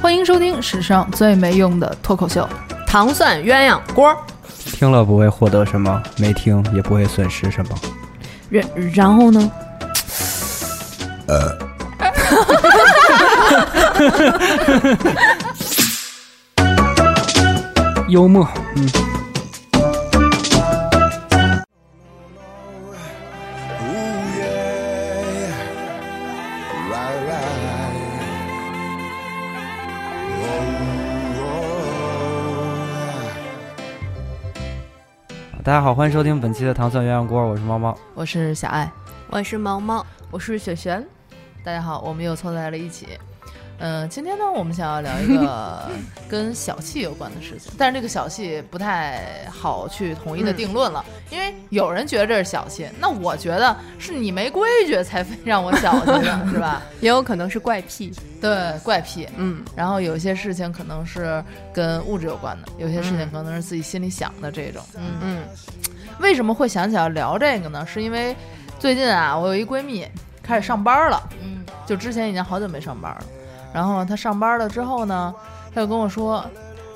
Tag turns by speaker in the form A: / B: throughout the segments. A: 欢迎收听史上最没用的脱口秀。
B: 糖蒜鸳鸯锅儿。
C: 听了不会获得什么，没听也不会损失什么。
B: 然然后呢？
C: 幽默，嗯，
D: Ooh, yeah. Right, right. Oh, oh.
C: 大家好，欢迎收听本期的糖蒜鸳鸯锅，我是猫猫。
A: 我是小爱，
B: 我是毛毛，
A: 我是雪璇，大家好，我们又凑在了一起。嗯、今天呢，我们想要聊一 个跟小气有关的事情，但是这个小气不太好去统一的定论了，因为有人觉得这是小气，那我觉得是你没规矩才非让我小气的， 是吧？
B: 也有可能是怪癖。
A: 对，怪癖。
B: 嗯，
A: 然后有一些事情可能是跟物质有关的，有些事情可能是自己心里想的这种。嗯
B: 嗯，
A: 为什么会想起要聊这个呢？是因为最近啊，我有一闺蜜开始上班了，嗯，就之前已经好久没上班了。然后她上班了之后呢，她就跟我说：“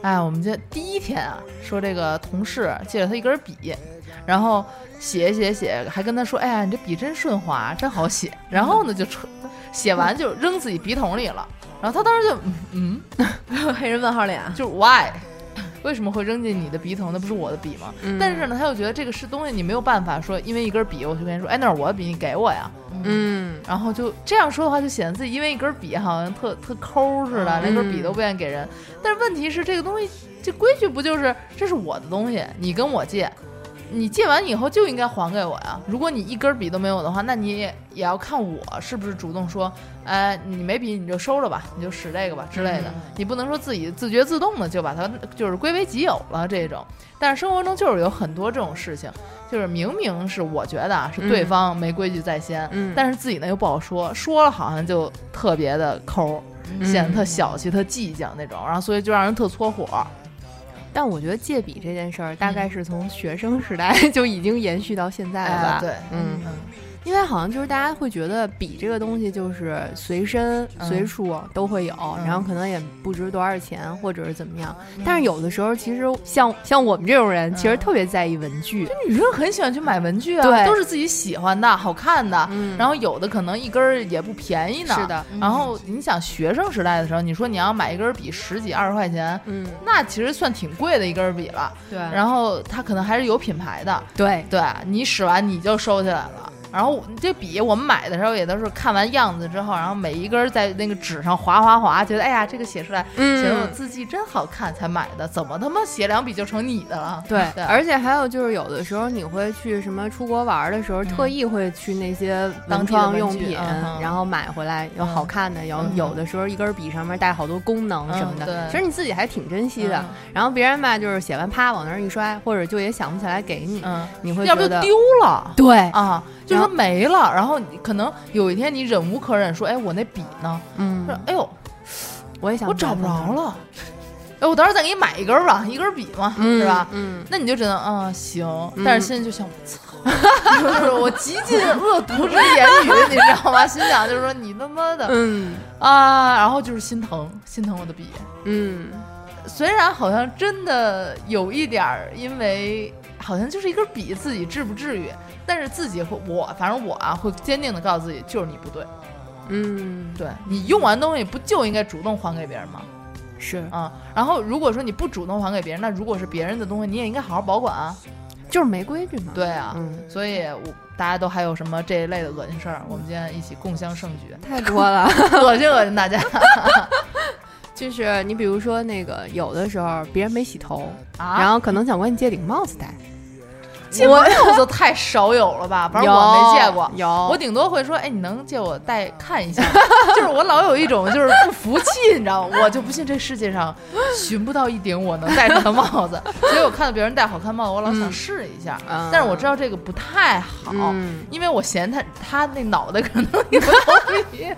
A: 哎，我们这第一天啊，说这个同事借了她一根笔，然后写写写，还跟她说：‘哎呀，你这笔真顺滑，真好写。’然后呢，就戳写完就扔自己笔筒里了。然后她当时就嗯嗯，
B: 黑人问号脸。
A: 就是 why？为什么会扔进你的笔筒？那不是我的笔吗？
B: 嗯
A: 但是呢，他又觉得这个是东西，你没有办法说，因为一根笔，我就跟你说，哎，那是我的笔，你给我呀。
B: 嗯，
A: 然后就这样说的话，就显得自己因为一根笔好像特特抠似的，连根笔都不愿意给人。但是问题是，这个东西这规矩不就是这是我的东西，你跟我借，你借完以后就应该还给我呀。如果你一根笔都没有的话，那你也也要看我是不是主动说，哎，你没笔你就收了吧，你就使这个吧之类的。你不能说自己自觉自动的就把它就是归为己有了这种。但是生活中就是有很多这种事情，就是明明是我觉得啊是对
B: 嗯
A: 方没规矩在先，
B: 嗯
A: 但是自己呢又不好说，说了好像就特别的抠，
B: 嗯
A: 显得特小气、特计较那种，然后所以就让人特搓火。
B: 但我觉得借笔这件事儿，大概是从学生时代 就已经延续到现在了吧？
A: 哎对
B: 嗯，因为好像就是大家会觉得笔这个东西就是随身、
A: 嗯
B: 随处都会有，
A: 嗯
B: 然后可能也不值多少钱，或者是怎么样。但是有的时候，其实像像我们这种人，其实特别在意文具。
A: 女生很喜欢去买文具啊，
B: 对
A: 都是自己喜欢的、好看的，
B: 嗯
A: 然后有的可能一根儿也不便宜呢。
B: 是的嗯
A: 然后你想学生时代的时候，你说你要买一根笔十几二十块钱，
B: 嗯，
A: 那其实算挺贵的一根笔了。
B: 对
A: 然后它可能还是有品牌的，
B: 对，
A: 对你使完你就收起来了。然后我这笔我们买的时候也都是看完样子之后，然后每一根儿在那个纸上划划划，觉得哎呀这个写出来，
B: 嗯
A: 写得我字迹真好看才买的，怎么他妈写两笔就成你的了？
B: 对，
A: 对，
B: 而且还有就是，有的时候你会去什么出国玩儿的时候，特意会去那些文创用
A: 嗯当地
B: 品，
A: 的文具嗯哼
B: 然后买回来有好看的，有、
A: 嗯
B: 有的时候一根笔上面带好多功能什么
A: 嗯
B: 的，
A: 对
B: 其实你自己还挺珍惜的。
A: 嗯
B: 然后别人吧，就是写完啪往那儿一摔，或者就也想不起来给你，
A: 嗯，
B: 你会
A: 要不
B: 觉
A: 就
B: 得
A: 丢了。
B: 对，
A: 啊，就
B: 然
A: 说
B: 后
A: 没了，然后你可能有一天你忍无可忍，说：“哎，我那笔呢？”
B: 嗯
A: 说，：“哎呦，
B: 我也想
A: 我
B: 起来
A: 找不着
B: 了，
A: 了。哎，我到时候再给你买一根儿吧，一根儿笔嘛，
B: 嗯
A: 是吧？
B: 嗯，
A: 那你就只能嗯行，
B: 嗯
A: 但是心里就想我操， 就是我极尽恶毒之言语，你知道吗？心想就是说你他妈的
B: 嗯
A: 啊，然后就是心疼，心疼我的笔。
B: 嗯，
A: 虽然好像真的有一点儿，因为好像就是一根笔，自己至不至于，但是自己会我反正我啊会坚定的告诉自己，就是你不对，
B: 嗯，
A: 对你用完东西不就应该主动还给别人吗？
B: 是，
A: 啊，然后如果说你不主动还给别人，那如果是别人的东西，你也应该好好保管啊。
B: 就是没规矩嘛，
A: 对啊，
B: 嗯，，
A: 所以我大家都还有什么这一类的恶心事儿，我们今天一起共襄盛举
B: 太多了。
A: 恶心恶心大家
B: 就是你比如说那个，有的时候别人没洗头，然
A: 啊！
B: 后可能想管你借顶帽子戴，
A: 借
B: 我
A: 帽子太少有了吧？反正我没借过。
B: 有
A: 我顶多会说，哎，你能借我带看一下吗？ 就是我老有一种就是不服气，你知道吗？我就不信这世界上寻不到一顶我能戴上的帽子。 所以我看到别人戴好看帽子，我老想
B: 嗯
A: 试一下，
B: 嗯
A: 但是我知道这个不太好，
B: 嗯
A: 因为我嫌他他那脑袋可能有问题，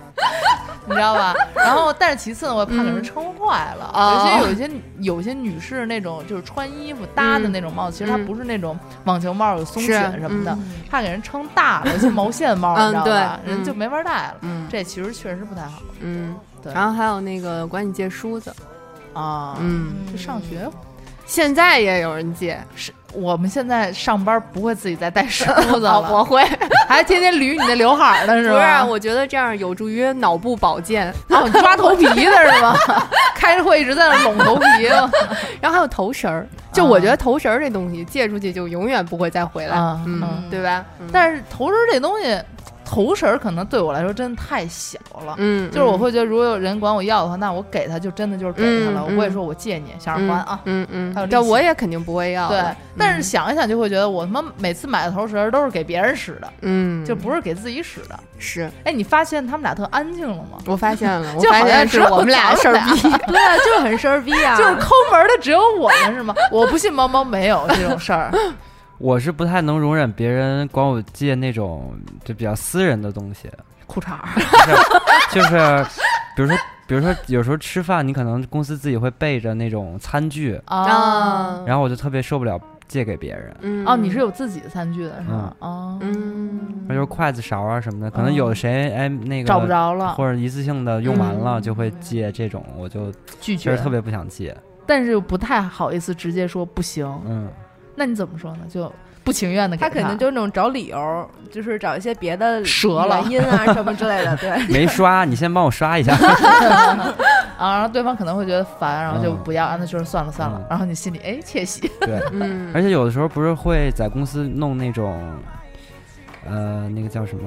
A: 你知道 吧？然后，但是其次呢，我也怕给人撑坏了。
B: 哦
A: 有些有些有些女士那种就是穿衣服搭的那种帽子，其实它
B: 嗯
A: 不是那种网球帽有松
B: 是
A: 紧什么的，
B: 嗯
A: 怕给人撑 大了，有些毛线帽，
B: 嗯
A: 你知道吧？
B: 对
A: 人就没法戴了。
B: 嗯
A: 这其实确实不太好。
B: 嗯，
A: 对
B: 然后还有那个管你借梳子，
A: 啊，
B: 嗯，
A: 就上学，
B: 现在也有人借，
A: 是我们现在上班不会自己再 带梳子
B: 啊
A: 了，
B: 我会，
A: 还天天捋你那刘海儿呢，
B: 不
A: 是啊
B: 是，
A: 吧？
B: 我觉得这样有助于脑部保 健，
A: 哦，你抓头皮的是吧？开着会一直在那拢头皮，
B: 然后还有头绳儿，就
A: 啊
B: 我觉得头绳儿这东西借出去就永远不会再回来，
A: 啊
B: 嗯，
A: 嗯
B: 对吧？嗯
A: 但是头绳儿这东西，头绳儿可能对我来说真的太小了。
B: 嗯，
A: 就是我会觉得，如果有人管我要的话，那我给他就真的就是给他了，
B: 嗯
A: 我不会说我借你，想
B: 嗯
A: 着还啊。
B: 嗯嗯，
A: 还有
B: 嗯
A: 利
B: 但
A: 息
B: 我也肯定不会要
A: 对
B: 的，，嗯
A: 但是想一想就会觉得，我他妈每次买的头绳儿都是给别人使的，
B: 嗯，
A: 就不是给自己使的。
B: 是
A: 哎，你发现他们俩特安静了吗？
B: 我发现 了，我
A: 就
B: 发
A: 好像
B: 现
A: 只
B: 是
A: 有
B: 我们俩事 儿
A: 咱们
B: 逼，
E: 对啊，就是很事儿逼啊，
A: 就是抠门儿的只有我们是吗？我不信猫猫没有这种 事儿。
F: 我是不太能容忍别人管我借那种就比较私人的东西，
A: 裤衩儿，
F: 就是 就是比如说比如说有时候吃饭，你可能公司自己会备着那种餐具，
A: 啊，
F: 然后我就特别受不了借给别人。
B: 嗯
A: 哦，你是有自己的餐具的是吗？哦，
B: 嗯
F: 那就是筷子、勺啊什么的，可能有
A: 哦
F: 谁哎那个
A: 找不着了，
F: 或者一次性的用完了，
A: 嗯
F: 就会借这种，我就
A: 拒
F: 其
A: 绝
F: 实特别不想借。
A: 但是又不太好意思直接说不行。
F: 嗯，
A: 那你怎么说呢？就不情愿的给
E: 他可能就是那种找理由，就是找一些别的
A: 折了
E: 原因啊什么之类的，对，
F: 没刷，你先帮我刷一下。
A: 啊，然后对方可能会觉得烦，然后就不要，啊那就是算了算了
F: 嗯。
A: 然后你心里哎窃喜，
F: 对，
B: 嗯，
F: 而且有的时候不是会在公司弄那种，呃，那个叫什么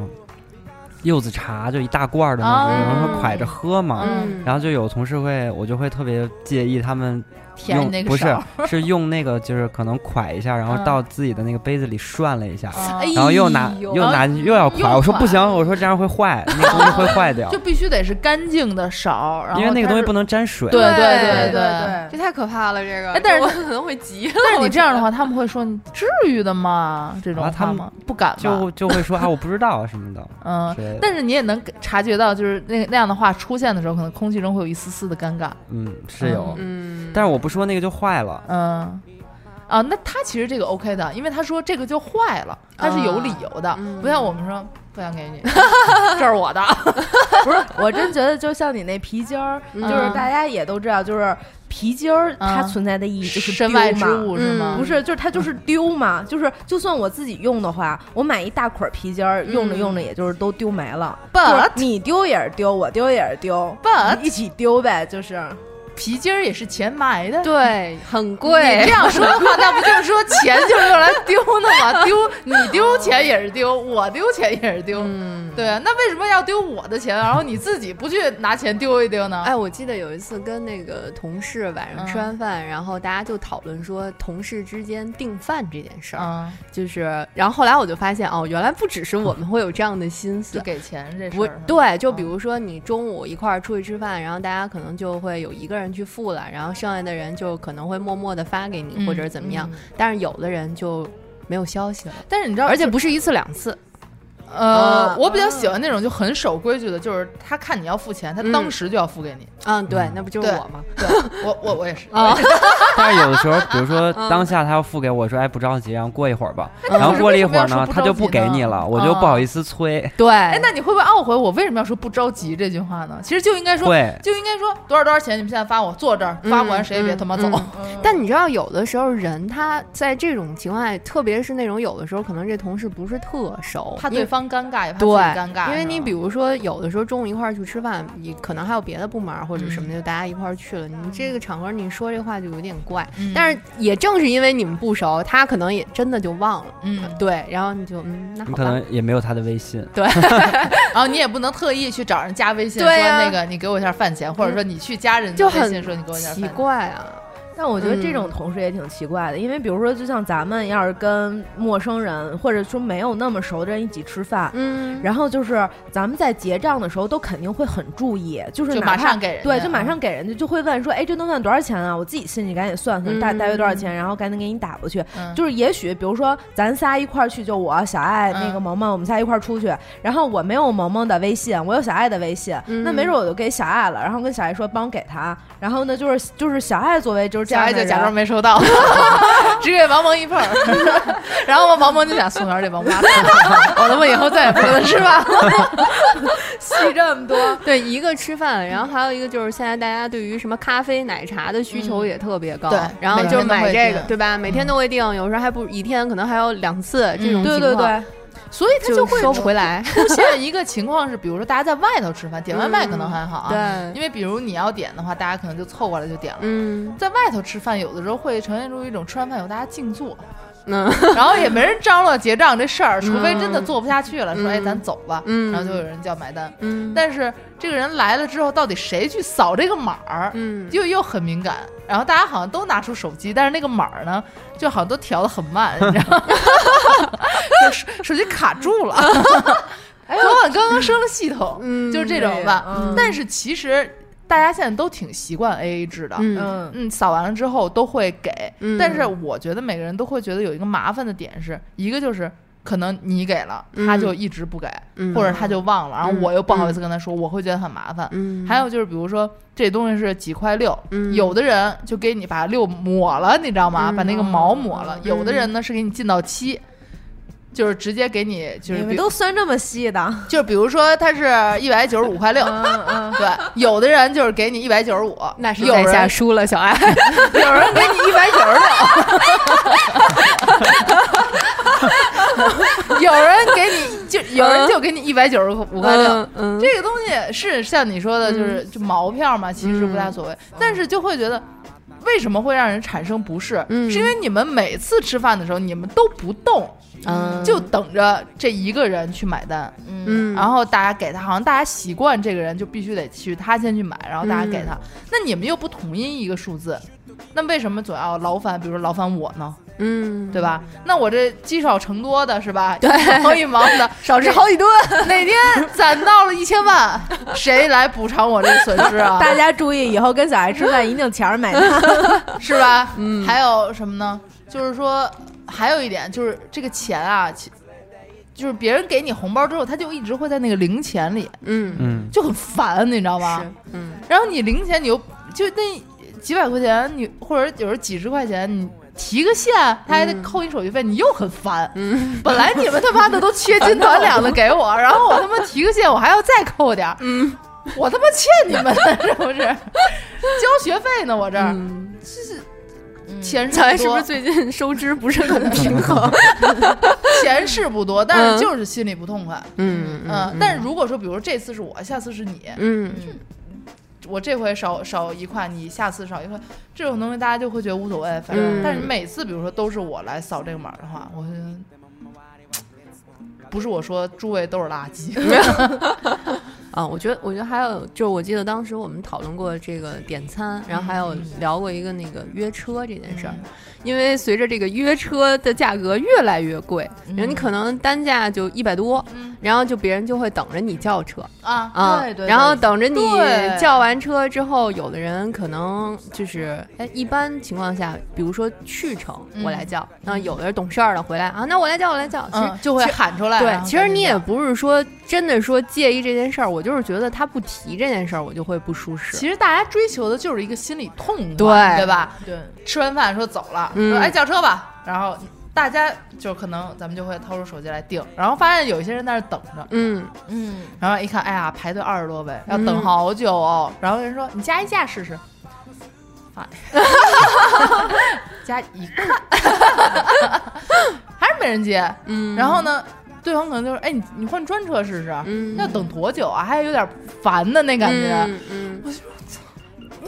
F: 柚子茶，就一大罐儿的那种，
A: 哦
F: 有人会蒯着喝嘛。
B: 嗯，
F: 然后就有同事会，我就会特别介意他们
A: 舔你
F: 用
A: 那个
F: 不是啊
A: 勺
F: 是用那个就是可能蒯一下，然后
A: 嗯
F: 到自己的那个杯子里涮了一下，
A: 啊
B: 哎
F: 然后又拿
B: 呦
F: 又拿进去又要蒯，
A: 又
F: 我说
A: 蒯
F: 不行，我说这样会坏，那个东西会坏掉
A: 就，必须得是干净的勺，然后
F: 因为那个
A: 它
F: 东西
A: 是
F: 不能沾水。
A: 对
E: 对
A: 对
E: 对
B: 这太可怕了，这个，
A: 哎但是
B: 我可能会急了，
A: 但是你这样的话，他们会说你至于的吗？这种
F: 啊他
A: 话
F: 们
A: 吗？不敢吧？
F: 就就会说啊，我不知道啊什么的。
A: 嗯，
F: 之类的
A: 但是你也能察觉到，就是那那样的话出现的时候，可能空气中会有一丝丝的尴尬。
F: 嗯，是有，
B: 嗯，
F: 但是我不说那个就坏了。
A: 嗯，啊，那他其实这个 OK 的，因为他说这个就坏了，他是有理由的，
B: 嗯
A: 不像我们说不想给你，这是我的。
E: 对， 不是，我真觉得就像你那皮筋儿，
B: 嗯
E: 就是大家也都知道，就是皮筋儿它
A: 嗯
E: 存在的意义就是
A: 身
E: 丢
A: 外之
E: 嘛
A: 物是吗？嗯
E: 不是，就是它
B: 嗯
E: 就是丢嘛，就是就算我自己用的话，我买一大捆儿皮筋儿，用
B: 嗯
E: 着用着也就是都丢没了。
A: ，but
E: 就是你丢也是丢，我丢也是丢
A: But-
E: 一起丢呗，就是
A: 皮筋儿也是钱买的。
B: 对，很
A: 你这
B: 贵，
A: 样说的话，那不就是说钱就是用来丢的吗？丢你丢钱也是丢，我丢钱也是丢。
B: 嗯，
A: 对啊，那为什么要丢我的钱，然后你自己不去拿钱丢一丢呢？
B: 哎，我记得有一次跟那个同事晚上
A: 嗯
B: 吃完饭，然后大家就讨论说同事之间订饭这件事儿，
A: 嗯，
B: 就是，然后后来我就发现哦，原来不只是我们会有这样的心
A: 就
B: 思。
A: 给钱这事
B: 不
A: 儿是吗。
B: 对，就比
A: 嗯
B: 如说你中午一块儿出去吃饭，然后大家可能就会有一个人去付了，然后剩下的人就可能会默默的发给你、
A: 嗯
B: 或者怎么样，
A: 嗯
B: 但是有的人就没有消息了，
A: 但是你知道，
B: 而且不是一次两次，
A: 呃
E: 啊，
A: 我比较喜欢那种就很守规矩的，就是他看你要付钱，他
B: 嗯
A: 当时就要付给你。
B: 嗯，对，那不就是
A: 对
B: 我吗？
A: 对我我我也是，
B: 啊，
F: 但是有的时候，比如说
B: 嗯
F: 当下他要付给我说，哎，不着急，然后过一会儿吧，
B: 嗯
F: 然后过了一会儿
A: 那为
F: 呢，
A: 什么要说不着急呢嗯
F: 他就不给你了，我就不好意思 催，
B: 对，
A: 哎，那你会不会懊悔我为什么要说不着急这句话呢？其实就应该说，
F: 会，
A: 就应该说多少多少钱，你们现在发我，坐这儿发不完谁也别他妈走
B: 嗯。 但你知道，有的时候人他在这种情况下，特别是那种有的时候可能这同事不是特熟，
A: 怕
B: 因
A: 对
B: 为
A: 方尴尬，也怕自己
B: 对
A: 尴尬，
B: 因为你比
A: 如
B: 如说有的时候中午一块儿去吃饭，你可能还有别的部门儿或者什么，
A: 嗯
B: 就大家一块儿去了，你这个场合你说这话就有点怪。
A: 嗯
B: 但是也正是因为你们不熟，他可能也真的就忘了，
A: 嗯，
B: 对，然后你就嗯，那好吧，
F: 你可能也没有他的微信，
A: 然哦后你也不能特意去找人加微信说
B: 对啊呀
A: 那个你给我一下饭钱，或者说你去加人家
B: 就
A: 微
B: 很
A: 信说你给我一下饭
B: 奇
A: 钱。
B: 怪啊，
E: 但我觉得这
B: 嗯
E: 种同事也挺奇怪的，因为比如说，就像咱们要是跟陌生人或者说没有那么熟的人一起吃饭，
B: 嗯，
E: 然后就是咱们在结账的时候都肯定会很注意，就是
A: 就
E: 哪
A: 马
E: 怕
A: 上给人家，
E: 对，就马上给人家嗯就会问说，哎，这顿饭多少钱啊？我自己心里赶紧算算，大大约多少钱，然后赶紧给你打过去。
A: 嗯
E: 就是也许比如说咱仨一块儿去，就我小爱
A: 嗯
E: 那个萌萌，我们仨一块儿出去，然后我没有萌萌的微信，我有小爱的微信，
A: 嗯
E: 那没准我就给小爱了，然后跟小爱说帮我给她，然后呢就是就是小爱作为就是这
A: 小
E: 样
A: 爱
E: 的
A: 就
E: 人
A: 假装没收 到，只给王萌一份儿，然 后王萌就想宋元这王八蛋，我他妈以后再也不跟他吃饭了。
E: 气 这么多，
B: 对，一个吃饭，然后还有一个就是现在大家对于什么咖啡、奶茶的需求
A: 嗯
B: 也特别高，
A: 对
B: 然后
A: 每
B: 就
A: 天都
B: 买
A: 会
B: 这个，
A: 订
B: 对吧？每天
A: 嗯
B: 都会订，有时候还不一天，可能还有两次这种情况，
E: 对对对，
A: 所以他
B: 就
A: 会
B: 收不回来。
A: 出现一个情况是，比如说大家在外头吃饭，点外卖可能还好啊，
B: 嗯对，
A: 因为比如你要点的话，大家可能就凑过来就点了。
B: 嗯
A: 在外头吃饭，有的时候会呈现出一种吃完饭以后大家静 坐，
B: 嗯
A: 然后也没人张罗结账这事儿，除非真的做不下去了，说
B: 嗯
A: 哎咱走吧，
B: 嗯
A: 然后就有人叫买单。
B: 嗯，
A: 但是这个人来了之后，到底谁去扫这个码儿，
B: 嗯
A: 又又很敏感。然后大家好像都拿出手机，但是那个码儿呢，就好像都调的很慢，你知道吗？ 就手手机卡住 了。
E: 哎呦
A: 昨晚刚刚升了系统，
B: 嗯
A: 就是这种吧。
E: 嗯
A: 但是其实大家现在都挺习惯 A A 制的，
B: 嗯
E: 嗯，
A: 嗯，扫完了之后都会给，
B: 嗯
A: 但是我觉得每个人都会觉得有一个麻烦的点是，一个就是可能你给了，
B: 嗯
A: 他就一直不给，
B: 嗯
A: 或者他就忘了，然后
B: 嗯
A: 我又不好意思跟他说，我会觉得很麻烦。
B: 嗯，
A: 还有就是，比如说这东西是几块六，
B: 嗯
A: 有的人就给你把六抹了，你知道吗？
B: 嗯
A: 把那个毛抹了。
E: 嗯
A: 有的人呢是给你进到七，就是直接给你就是
E: 你
A: 比
E: 们都算这么细的，
A: 就是比如说它是一百九十五块六，
E: 嗯 嗯，
A: 对，有的人就是给你一百九十五，
B: 那是
A: 有
B: 在下
A: 人
B: 输了，小爱。
A: 有人给你一百九十六， 有人给你就有人就给你一百九十五块六。
B: 嗯，
A: 这个东西是像你说的，就是就毛票嘛，其实不
B: 嗯
A: 大所谓，但是就会觉得。为什么会让人产生不适？
B: 嗯
A: 是因为你们每次吃饭的时候，你们都不动，
B: 嗯
A: 就啊等着这一个人去买单。
B: 嗯
A: 然后大家给他，好像大家习惯这个人就必须得去他先去买，然后大家
B: 嗯
A: 给他。那你们又不统一一个数字，那为什么总要劳烦？比如说劳烦我呢，
B: 嗯，
A: 对吧？那我这积少成多的是吧？ 对，一毛一毛的，
B: 少吃好几顿。
A: 哪天攒到了一千万，谁来补偿我这个损失啊？
E: 大家注意，以后跟小孩吃饭一定前儿买单，
A: 是吧？嗯。还有什么呢？就是说，还有一点就是这个钱啊，其就是别人给你红包之后，他就一直会在那个零钱里，
B: 嗯，
F: 嗯，
A: 就很烦，你知道吗？
B: 是，嗯
A: 然后你零钱你又就那几百块钱，你或者有时候几十块钱，你提个现，他还得扣你手续费，你又很烦。
B: 嗯，
A: 本来你们他妈的都缺斤短两的给我，然后我他妈提个现，我还要再扣点儿，
B: 嗯，
A: 我他妈欠你们的是 不是？交学费呢，我这儿嗯
B: 嗯，
A: 钱
B: 小爱是不
A: 多
B: 是，最近收支不是很平衡？
A: 钱是不多，但
B: 嗯
A: 是就是心里不痛快。
B: 嗯
A: 嗯，但是如果说，比如说这次是我，下次是你，
B: 嗯
A: 我这回少少一块，你下次少一块，这种东西大家就会觉得无所谓，反正。
B: 嗯
A: 但是每次比如说都是我来扫这个码的话，我就觉得不是我说诸位都是垃圾，
B: 啊，我觉得，我觉得还有就是，我记得当时我们讨论过这个点餐，然后
A: 嗯
B: 还有聊过一个那个约车这件事儿，因为随着这个约车的价格越来越贵，然后你可能单价就一百多，
A: 嗯
B: 然后就别人就会等着你叫车，
A: 啊
B: 啊，
A: 对对，
B: 然后等着你
A: 对
B: 叫完车之后，有的人可能就是，哎，一般情况下，比如说去程
A: 嗯
B: 我来叫，那有的人懂事儿了回来啊，那我来叫，我来叫，其实
A: 嗯就会
B: 其实
A: 喊出来。然
B: 对，
A: 后
B: 其实
A: 跟
B: 你也
A: 讲
B: 不是说真的说介意这件事儿，我就是觉得他不提这件事儿，我就会不舒适。
A: 其实大家追求的就是一个心里痛快，
B: 对
A: 对吧？
E: 对，
A: 吃完饭说走了，
B: 嗯
A: 说哎叫车吧，然后大家就可能咱们就会掏出手机来订，然后发现有一些人在那儿等着，
B: 嗯
E: 嗯，
A: 然后一看，哎呀，排队二十多位，要
B: 嗯
A: 等好久哦。然后人说你加一价试试，哎加一看， 还是没人接。
B: 嗯，
A: 然后呢，对方可能就是，哎，你你换专车试试，
B: 嗯，
A: 要等多久啊？还有点烦的那感觉。
B: 嗯嗯，我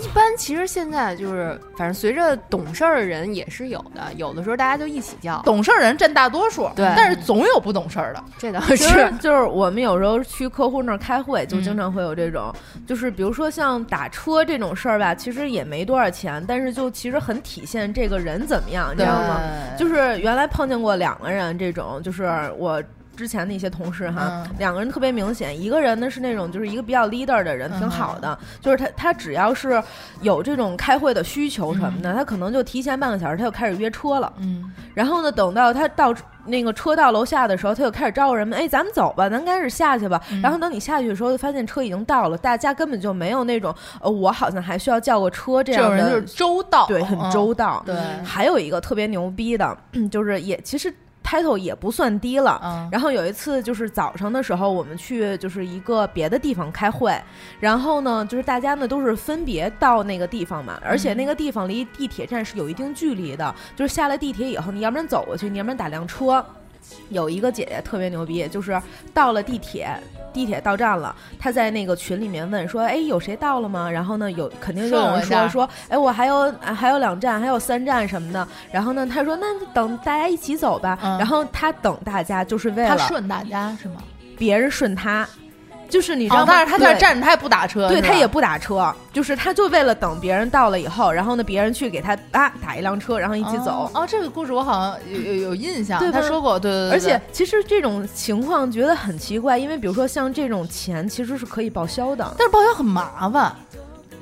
B: 一般其实现在就是，反正随着懂事儿的人也是有的，有的时候大家就一起叫，
A: 懂事儿人占大多数，
B: 对
A: 但是总有不懂事儿的。
B: 这倒
E: 其
B: 是
E: 实，就是我们有时候去客户那儿开会，就
A: 嗯
E: 经常会有这种，就是比如说像打车这种事儿吧，其实也没多少钱，但是就其实很体现这个人怎么样，你知
A: 对
E: 道吗？就是原来碰见过两个人这种，就是我。之前的一些同事哈，
A: 嗯
E: 两个人特别明显，一个人呢是那种就是一个比较 leader 的人，
A: 嗯
E: 挺好的，就是他他只要是有这种开会的需求什么的，他可能就提前半个小时他就开始约车了，
A: 嗯，
E: 然后呢，等到他到那个车到楼下的时候，他就开始招呼人们，哎，咱们走吧，咱开始下去吧。
A: 嗯
E: 然后等你下去的时候，就发现车已经到了，大家根本就没有那种，呃，我好像还需要叫个车这
A: 这
E: 样
A: 种
E: 的，
A: 人就是周到，
E: 对，很周
A: 嗯。
E: 到。
A: 对，
E: 还有一个特别牛逼的，就是也其实。 title 也不算低了。
A: 嗯，
E: 然后有一次就是早上的时候，我们去就是一个别的地方开会，然后呢，就是大家呢都是分别到那个地方嘛，
A: 嗯
E: 而且那个地方离地铁站是有一定距离的，就是下了地铁以后，你要不然走过去，你要不然打辆车。有一个姐姐特别牛逼，就是到了地铁，地铁到站了，她在那个群里面问说：“哎，有谁到了吗？”然后呢，有肯定就有
A: 顺我
E: 人
A: 一下
E: 说说：“哎，我还有啊还有两站，还有三站什么的。”然后呢，她说：“那等大家一起走吧。
A: 嗯
E: 然后她等大家就是为了
A: 他顺大家是吗？
E: 别人顺他，就是你知道
A: 哦
E: 吗？
A: 但是他在这儿
E: 对。
A: 站着，他也不打车，
E: 对
A: 是吧
E: 他也不打车，就是他就为了等别人到了以后，然后呢，别人去给他啊打一辆车，然后一起走
A: 哦。。哦，这个故事我好像有有有印象，
E: 对吧
A: 他说过，对对对，
E: 而且
A: 对
E: 其实这种情况觉得很奇怪，因为比如说像这种钱其实是可以报销的，
A: 但是报销很麻烦，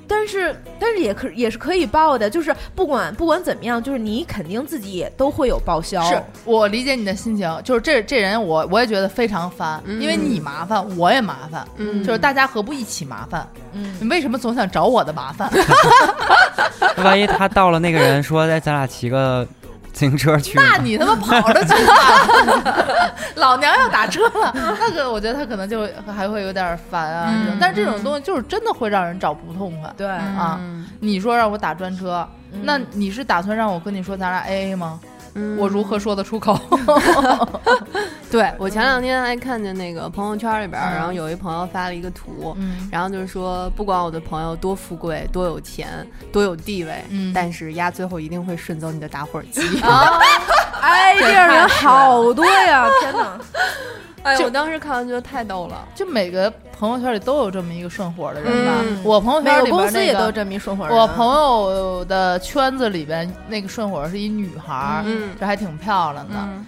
E: 但是但是也可也是可以报的，就是不管不管怎么样，就是你肯定自己也都会有报销。
A: 是我理解你的心情，就是这这人我我也觉得非常烦，
B: 嗯
A: 因为你麻烦，我也麻烦，
B: 嗯
A: 就是大家何不一起麻烦？
E: 嗯，
A: 你为什么总想找我的麻烦？
F: 万一他到了，那个人说：“哎，咱俩骑个自行车去。”
A: 那你他妈跑着去吧， 老娘要打车了。那个我觉得他可能就还会有点烦啊，
B: 嗯
A: 这种但是这种东西就是真的会让人找不痛快。
E: 对，
A: 啊你说让我打专车，
E: 嗯
A: 那你是打算让我跟你说咱俩 A A 吗？
B: 嗯
A: 我如何说得出口？
E: 嗯
B: 对我前两天还看见那个朋友圈里边儿，
A: 嗯
B: 然后有一朋友发了一个图，
A: 嗯
B: 然后就是说，不管我的朋友多富贵、多有钱、多有地位，
A: 嗯
B: 但是丫最后一定会顺走你的打火 机。
E: 啊，哎，这样
B: 啊
E: 人好多呀！天哪，
B: 哎，
A: 就
B: 我当时看完觉得太逗了。
A: 就每个朋友圈里都有这么一个顺火的人吧。
B: 嗯
A: 我朋友
E: 每
A: 圈
E: 个
A: 里边、那个、
E: 公司也都这么啊一说法。
A: 我朋友的圈子里边那个顺火是一女孩儿，
B: 嗯
A: 这还挺漂亮的。
B: 嗯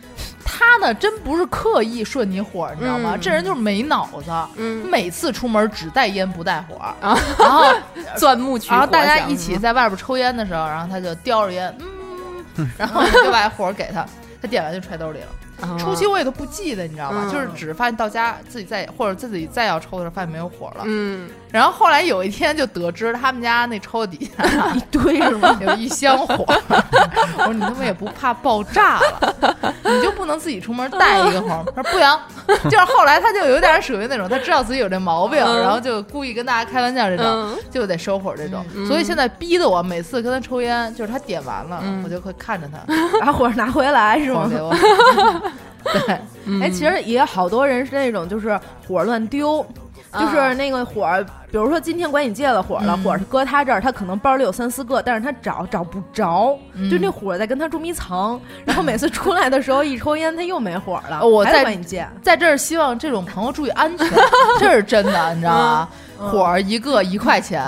A: 她呢，真不是刻意顺你火，你知道吗？
B: 嗯
A: 这人就是没脑子，
B: 嗯，
A: 每次出门只带烟不带火，
E: 啊
A: 然 后
B: 钻木取火
A: 然后
B: 想，
A: 大家一
E: 嗯
A: 起在外边抽烟的时候，然后他就叼着烟， 嗯，然后就把火给他，他点完就揣兜里了。
B: 嗯
A: 初期我也都不记得，你知道吧？
B: 嗯
A: 就是只发现到家自己再或者自己再要抽的时候，发现没有火了。
B: 嗯
A: 然后后来有一天就得知他们家那抽屉底 下一堆是吗？有一箱火。我说你他妈也不怕爆炸了，你就不能自己出门带一个火吗？他说不行，就是后来他就有点属于那种他知道自己有这毛病，
B: 嗯
A: 然后就故意跟大家开玩笑这种，
B: 嗯
A: 就得收火这种。
B: 嗯
A: 所以现在逼得我每次跟他抽烟，就是他点完了，
B: 嗯
A: 我就会看 着他
E: 把火拿回来是
A: 火
E: 吗？
A: 给我。 对，
E: 哎，其实也好多人是那种就是火乱丢，就是那个火，比如说今天管你借了火了，
A: 嗯
E: 火是搁他这儿，他可能包里有三四个，但是他找找不着，
A: 嗯
E: 就那火在跟他捉迷藏，然后每次出来的时候一抽烟，他又没火了，
A: 哦我
E: 还得
A: 在
E: 管你借，
A: 在这儿希望这种朋友注意安全，这是真的，你知道吗？
E: 嗯
A: 火儿一个一块 钱，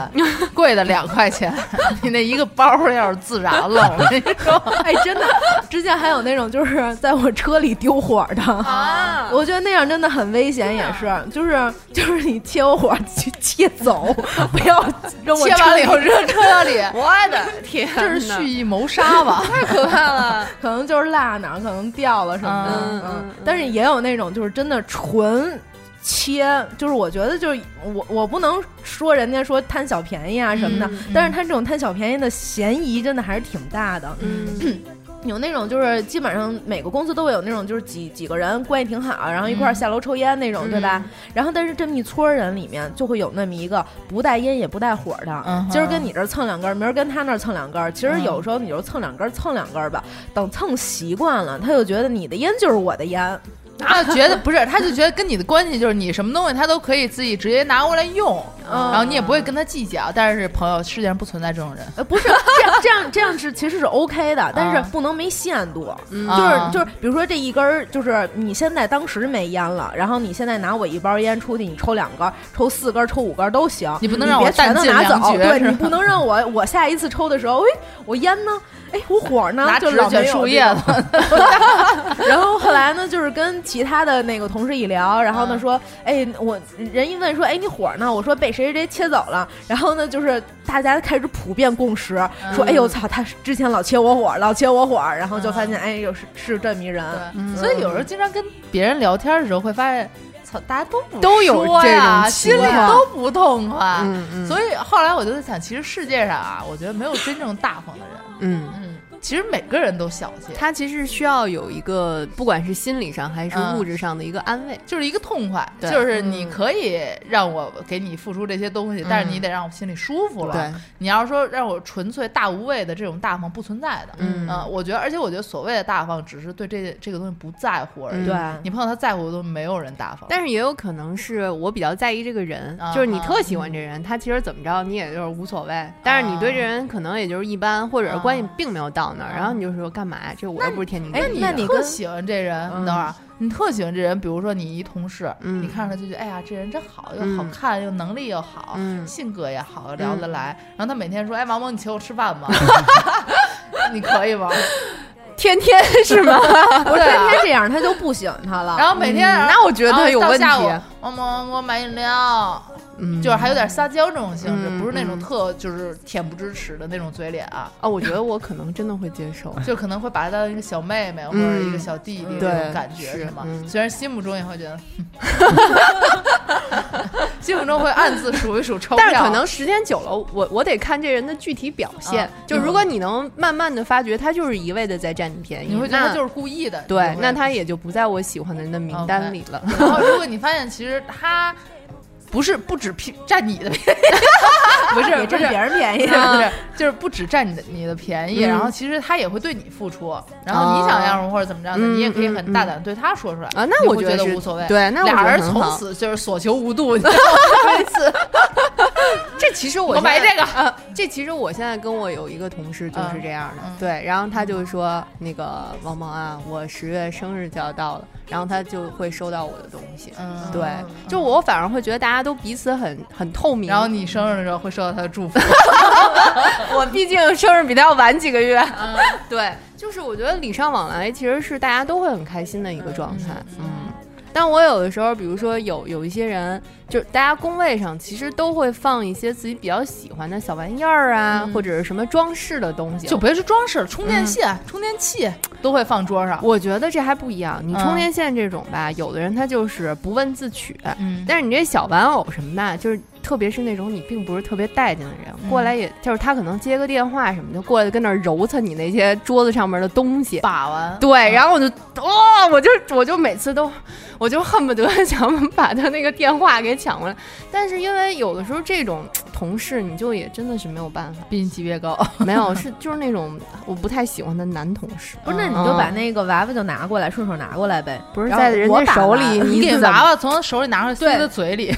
A: 贵的两块钱， 你那一个包儿要是自燃了，我跟你说，
E: 哎，真的，之前还有那种就是在我车里丢火的。
B: 啊，
E: 我觉得那样真的很危险，也是，就是就是你切我火去切走，不要扔 我
A: 切
E: 车
A: 完了
E: 里
A: 以后扔车 里，
B: 我的天哪，
A: 这是蓄意谋杀吧？
B: 太可怕了。
E: 可能就是落哪儿，可能掉了什么的。
B: 嗯嗯嗯
E: 但是也有那种就是真的纯切，就是我觉得就是我我不能说人家说贪小便宜啊什么的，
A: 嗯嗯
E: 但是他这种贪小便宜的嫌疑真的还是挺大的。
B: 嗯
E: 有那种就是基本上每个公司都会有那种就是几几个人关系挺好，然后一块儿下楼抽烟那种，
B: 嗯
E: 对吧？然后但是这么一撮儿人里面就会有那么一个不带烟也不带火的，
A: 嗯哼
E: 今儿跟你这儿蹭两根儿，明儿跟他那儿蹭两根儿。其实有时候你就蹭两根儿蹭两根儿吧，等蹭习惯了，他就觉得你的烟就是我的烟，
A: 他就觉得不是，他就觉得跟你的关系就是你什么东西他都可以自己直接拿过来用，
E: 嗯
A: 然后你也不会跟他计较。但是朋友，世界上不存在这种人，
E: 呃，不是这样这样这样是其实是 OK 的，但是
A: 啊
E: 不能没限度。
B: 嗯
A: 啊
E: 就是就是，比如说这一根儿，就是你现在当时没烟了，然后你现在拿我一包烟出去，你抽两根儿、抽四根儿、抽五根儿都行，
A: 你不能
E: 你
A: 让我
E: 别全都
A: 弹尽
E: 拿
A: 粮
E: 走，
A: 绝
E: 对
A: 是吧
E: 你不能让我我下一次抽的时候，哎，我烟呢？哎，我火呢？
A: 拿
E: 就
A: 纸
E: 老
A: 卷
E: 没有
A: 树
E: 这
A: 叶
E: 种
A: 子。
E: 然后后来呢，就是跟其他的那个同事一聊，然后呢
A: 啊
E: 说，哎，我人一问说，哎，你火呢？我说被谁谁谁切走了。然后呢，就是大家开始普遍共识，
A: 嗯
E: 说，哎呦操，他之前老切我火，老切我火，然后就发
A: 嗯
E: 现，哎，有是是这么一人。
B: 嗯
A: 对，所以有时候经常跟别人聊天的时候会发现，操，大家都不
B: 都有
A: 说呀
B: 这
A: 心
B: 种
A: 里
B: 情况
A: 都不痛快。
B: 嗯嗯
A: 啊所以后来我就在想，其实世界上啊，我觉得没有真正大方的人。
B: 嗯
A: 嗯，其实每个人都小气，
B: 他其实需要有一个，不管是心理上还是
A: 嗯
B: 物质上的一个安慰。
A: 就是一个痛快，
B: 对嗯
A: 就是你可以让我给你付出这些东西，但是你得让我心里舒服了。
B: 嗯对，
A: 你要是说让我纯粹大无畏的这种大方不存在的，
B: 嗯
A: 呃我觉得，而且我觉得所谓的大方，只是对这这个东西不在乎而已。
B: 嗯
E: 对，
A: 你碰到他在乎的东西，没有人大方。
B: 但是也有可能是我比较在意这个人，
A: 啊
B: 就是你特喜欢这人，他其实怎么着你也就是无所谓，但是你对这人可能也就是一般，或者是关系并没有到那儿，
A: 啊
B: 然后你就说干嘛呀？这我又不是天经地
A: 那
B: 义
A: 你
B: 的。
E: 那你
A: 特
E: 跟
A: 喜欢这人，
B: 嗯
A: 你等会儿，你特喜欢这人，比如说你一同事，
B: 嗯
A: 你看着他就觉得，哎呀，这人真好，又
B: 嗯
A: 好看，又能力又好，
B: 嗯
A: 性格也好，聊得来。然后他每天说，哎，王蒙，你请我吃饭吗？ 你可以 吗？
B: 天天是吗？
E: 不是
A: 对嗯啊
E: 天天这样，他就不喜欢他了。
A: 然后每天，然后
B: 嗯那我觉得他有问题
A: 然后到下午王蒙给我买饮料，
B: 嗯
A: 就是还有点撒娇这种性质，
B: 嗯
A: 不是那种
B: 嗯
A: 特就是恬不知耻的那种嘴脸啊，
B: 哦，我觉得我可能真的会接受。
A: 就可能会把他当一个小妹妹或者一个小弟弟那种
B: 对
A: 感觉，
B: 是
A: 吗？
B: 嗯
A: 虽然心目中也会觉得，哼心目中会暗自数一数钞票，
B: 但是可能时间久了，我我得看这人的具体表现。
A: 嗯
B: 就如果你能慢慢的发觉他就是一味的在占你便宜，
A: 你会觉得
B: 那
A: 他就是故意的，
B: 对
A: 你，会
B: 那他也就不在我喜欢的人的名
A: OK
B: 单里了。
A: 然后如果你发现其实他不是不止偏占你 的便宜，不是
E: 也
A: 不
E: 占
A: 是
E: 别人便宜
A: 不。是不是，就是不只占你的你的便宜，
B: 嗯
A: 然后其实他也会对你付出，然后你想要什么或者怎么着的，
B: 嗯
A: 你也可以很大胆地对他说出来
B: 啊，那
A: 你
B: 我
A: 会
B: 觉
A: 觉
B: 是
A: 无所谓。
B: 对，那我
A: 俩
B: 觉得
A: 人
B: 很
A: 从
B: 好
A: 此就是所求无度，你知道吗？每次
B: 这其实我
A: 我买嗯
B: 现在
A: 这个
B: 呃，这其实我现在跟我有一个同事就是这样的，
A: 嗯嗯
B: 对，然后他就说那个王萌啊，我十月生日就要到了，然后他就会收到我的东西，
A: 嗯
B: 对，就我反而会觉得大家都彼此很很透明，
A: 然后你生日的时候会收到他的祝福，
B: 我 毕竟生日比他要晚几个月，
A: 嗯
B: 对，就是我觉得礼尚往来其实是大家都会很开心的一个状态，嗯。但我有的时候，比如说有有一些人，就是大家工位上其实都会放一些自己比较喜欢的小玩意儿啊，
A: 嗯
B: 或者是什么装饰的东西。
A: 就别说装饰了，充电线、充电器都会放桌
E: 啊
A: 上。
B: 我觉得这还不一样，你
A: 嗯
B: 充电线这种
E: 嗯
B: 吧，有的人他就是不问自取，
A: 嗯，
B: 但是你这小玩偶什么的，就是特别是那种你并不是特别待见的人，
A: 嗯
B: 过来也就是他可能接个电话什么的，过来跟那儿揉擦你那些桌子上面的东
E: 嗯
B: 西。
A: 把玩，
B: 对，然后我就哇、我就我就每次都，我就恨不得想把他那个电话给抢过来，但是因为有的时候这种同事，你就也真的是没有办法，
A: 比你级别高，
B: 没有是就是那种我不太喜欢的男同事，
E: 不是，那你就把那个娃娃就拿过来，顺手拿过来呗。
B: 不是
E: 然后
B: 在人
E: 我
B: 家
E: 把
B: 手
E: 玩
B: 里，
A: 你
B: 你
A: 给
B: 怎么
A: 娃娃从手里拿出来塞
B: 对
A: 他嘴里，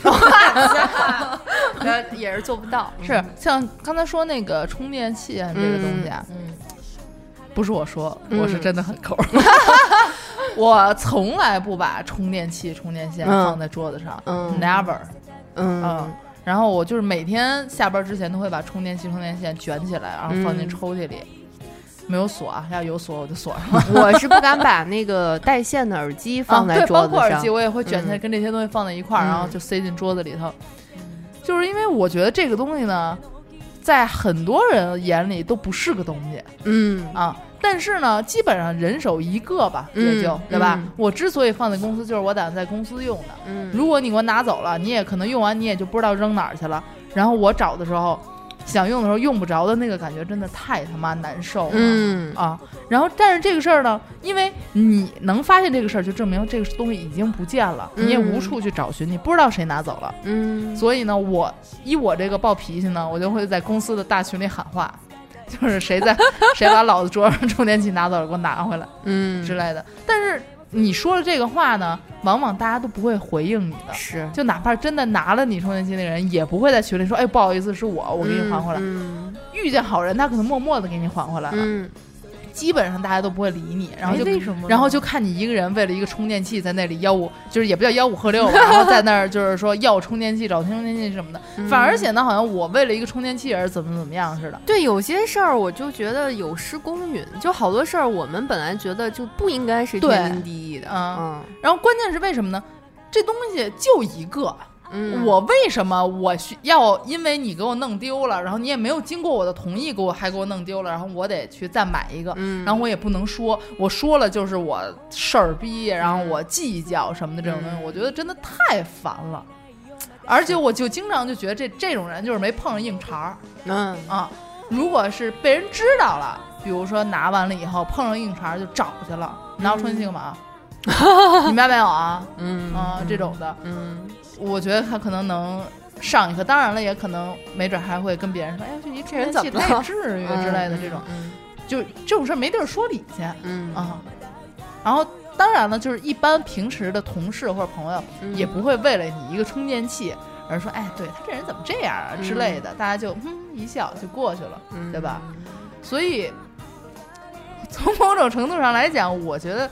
B: 呃也是做不到，
E: 嗯
A: 是像刚才说那个充电器啊，这个东西啊，
E: 嗯，
A: 不是我说，
B: 嗯
A: 我是真的很抠。 我从来不把充电器、充电线
B: 嗯
A: 放在桌子上、
B: 嗯
A: n e v e r
B: 嗯
A: 嗯然后我就是每天下班之前都会把充电器、充电线卷起来，然后放进
B: 嗯
A: 抽屉里。没有锁啊，要有锁我就锁上了。
B: 我是不敢把那个带线的耳机放
A: 嗯啊、
B: 在
A: 对，包
B: 桌子
A: 括耳
B: 上
A: 机，。我也会卷起来，
B: 嗯
A: 跟这些东西放在一块儿，
B: 嗯
A: 然后就塞进桌子里头。就是因为我觉得这个东西呢，在很多人眼里都不是个东西。
B: 嗯
A: 啊。但是呢，基本上人手一个吧，
B: 嗯
A: 也就对吧
B: 嗯？
A: 我之所以放在公司，就是我打算在公司用的。
B: 嗯，
A: 如果你给我拿走了，你也可能用完，你也就不知道扔哪儿去了。然后我找的时候，想用的时候用不着的那个感觉，真的太他妈难受了。
B: 嗯
A: 啊，然后但是这个事儿呢，因为你能发现这个事儿，就证明这个东西已经不见了，你也
B: 嗯
A: 无处去找寻，你不知道谁拿走了。
B: 嗯，
A: 所以呢，我依我这个暴脾气呢，我就会在公司的大群里喊话，就是谁 在谁把老子桌上充电器拿走了，给我拿回来
B: 嗯
A: 之类的。但是你说了这个话呢，往往大家都不会回应你的，
B: 是
A: 就哪怕真的拿了你充电器那个人，也不会在群里说，哎，不好意思，是我，我给你还回来。啊
B: 嗯
A: 遇见好人，他可能默默的给你还回来了，
B: 嗯，
A: 基本上大家都不会理你，然后就。
E: 哎为什么呢？
A: 然后就看你一个人为了一个充电器在那里吆五，就是也不叫吆五喝 六吧，然后在那儿就是说要充电器找充电器什么的，
B: 嗯
A: 反而显得好像我为了一个充电器而怎么怎么样似的。
B: 对有些事儿，我就觉得有失公允，就好多事儿我们本来觉得就不应该是
A: 对
B: 天经地义的，
A: 嗯
E: 啊
B: 嗯
A: 然后关键是为什么呢？这东西就一个，
B: 嗯，
A: 我为什么我需要因为你给我弄丢了，然后你也没有经过我的同意给我还给我弄丢了，然后我得去再买一个，
B: 嗯，
A: 然后我也不能说我说了就是我事儿逼，然后我计较什么的这种东西，
B: 嗯
A: 我觉得真的太烦了。而且我就经常就觉得这这种人就是没碰上硬茬儿，
B: 嗯
A: 啊，如果是被人知道了，比如说拿完了以后碰上硬茬儿就找去了，拿我充气干 嘛？你们家没有啊？
B: 嗯
A: 啊，这种的，
B: 嗯，
A: 我觉得他可能能上一课，当然了，也可能没准还会跟别人说，哎呀，这一
B: 这
A: 充
B: 人
A: 人
B: 怎
A: 气
B: 么
A: 太
B: 了
A: 至于之类的这种，
B: 嗯
A: 就这种事儿没地儿说理去
B: 嗯
A: 啊。然后当然了，就是一般平时的同事或者朋友
B: 嗯
A: 也不会为了你一个充电器而说，哎，对他这人怎么这样啊之类的，大家就嗯一笑就过去了。
B: 嗯
A: 对吧？所以从某种程度上来讲，我觉得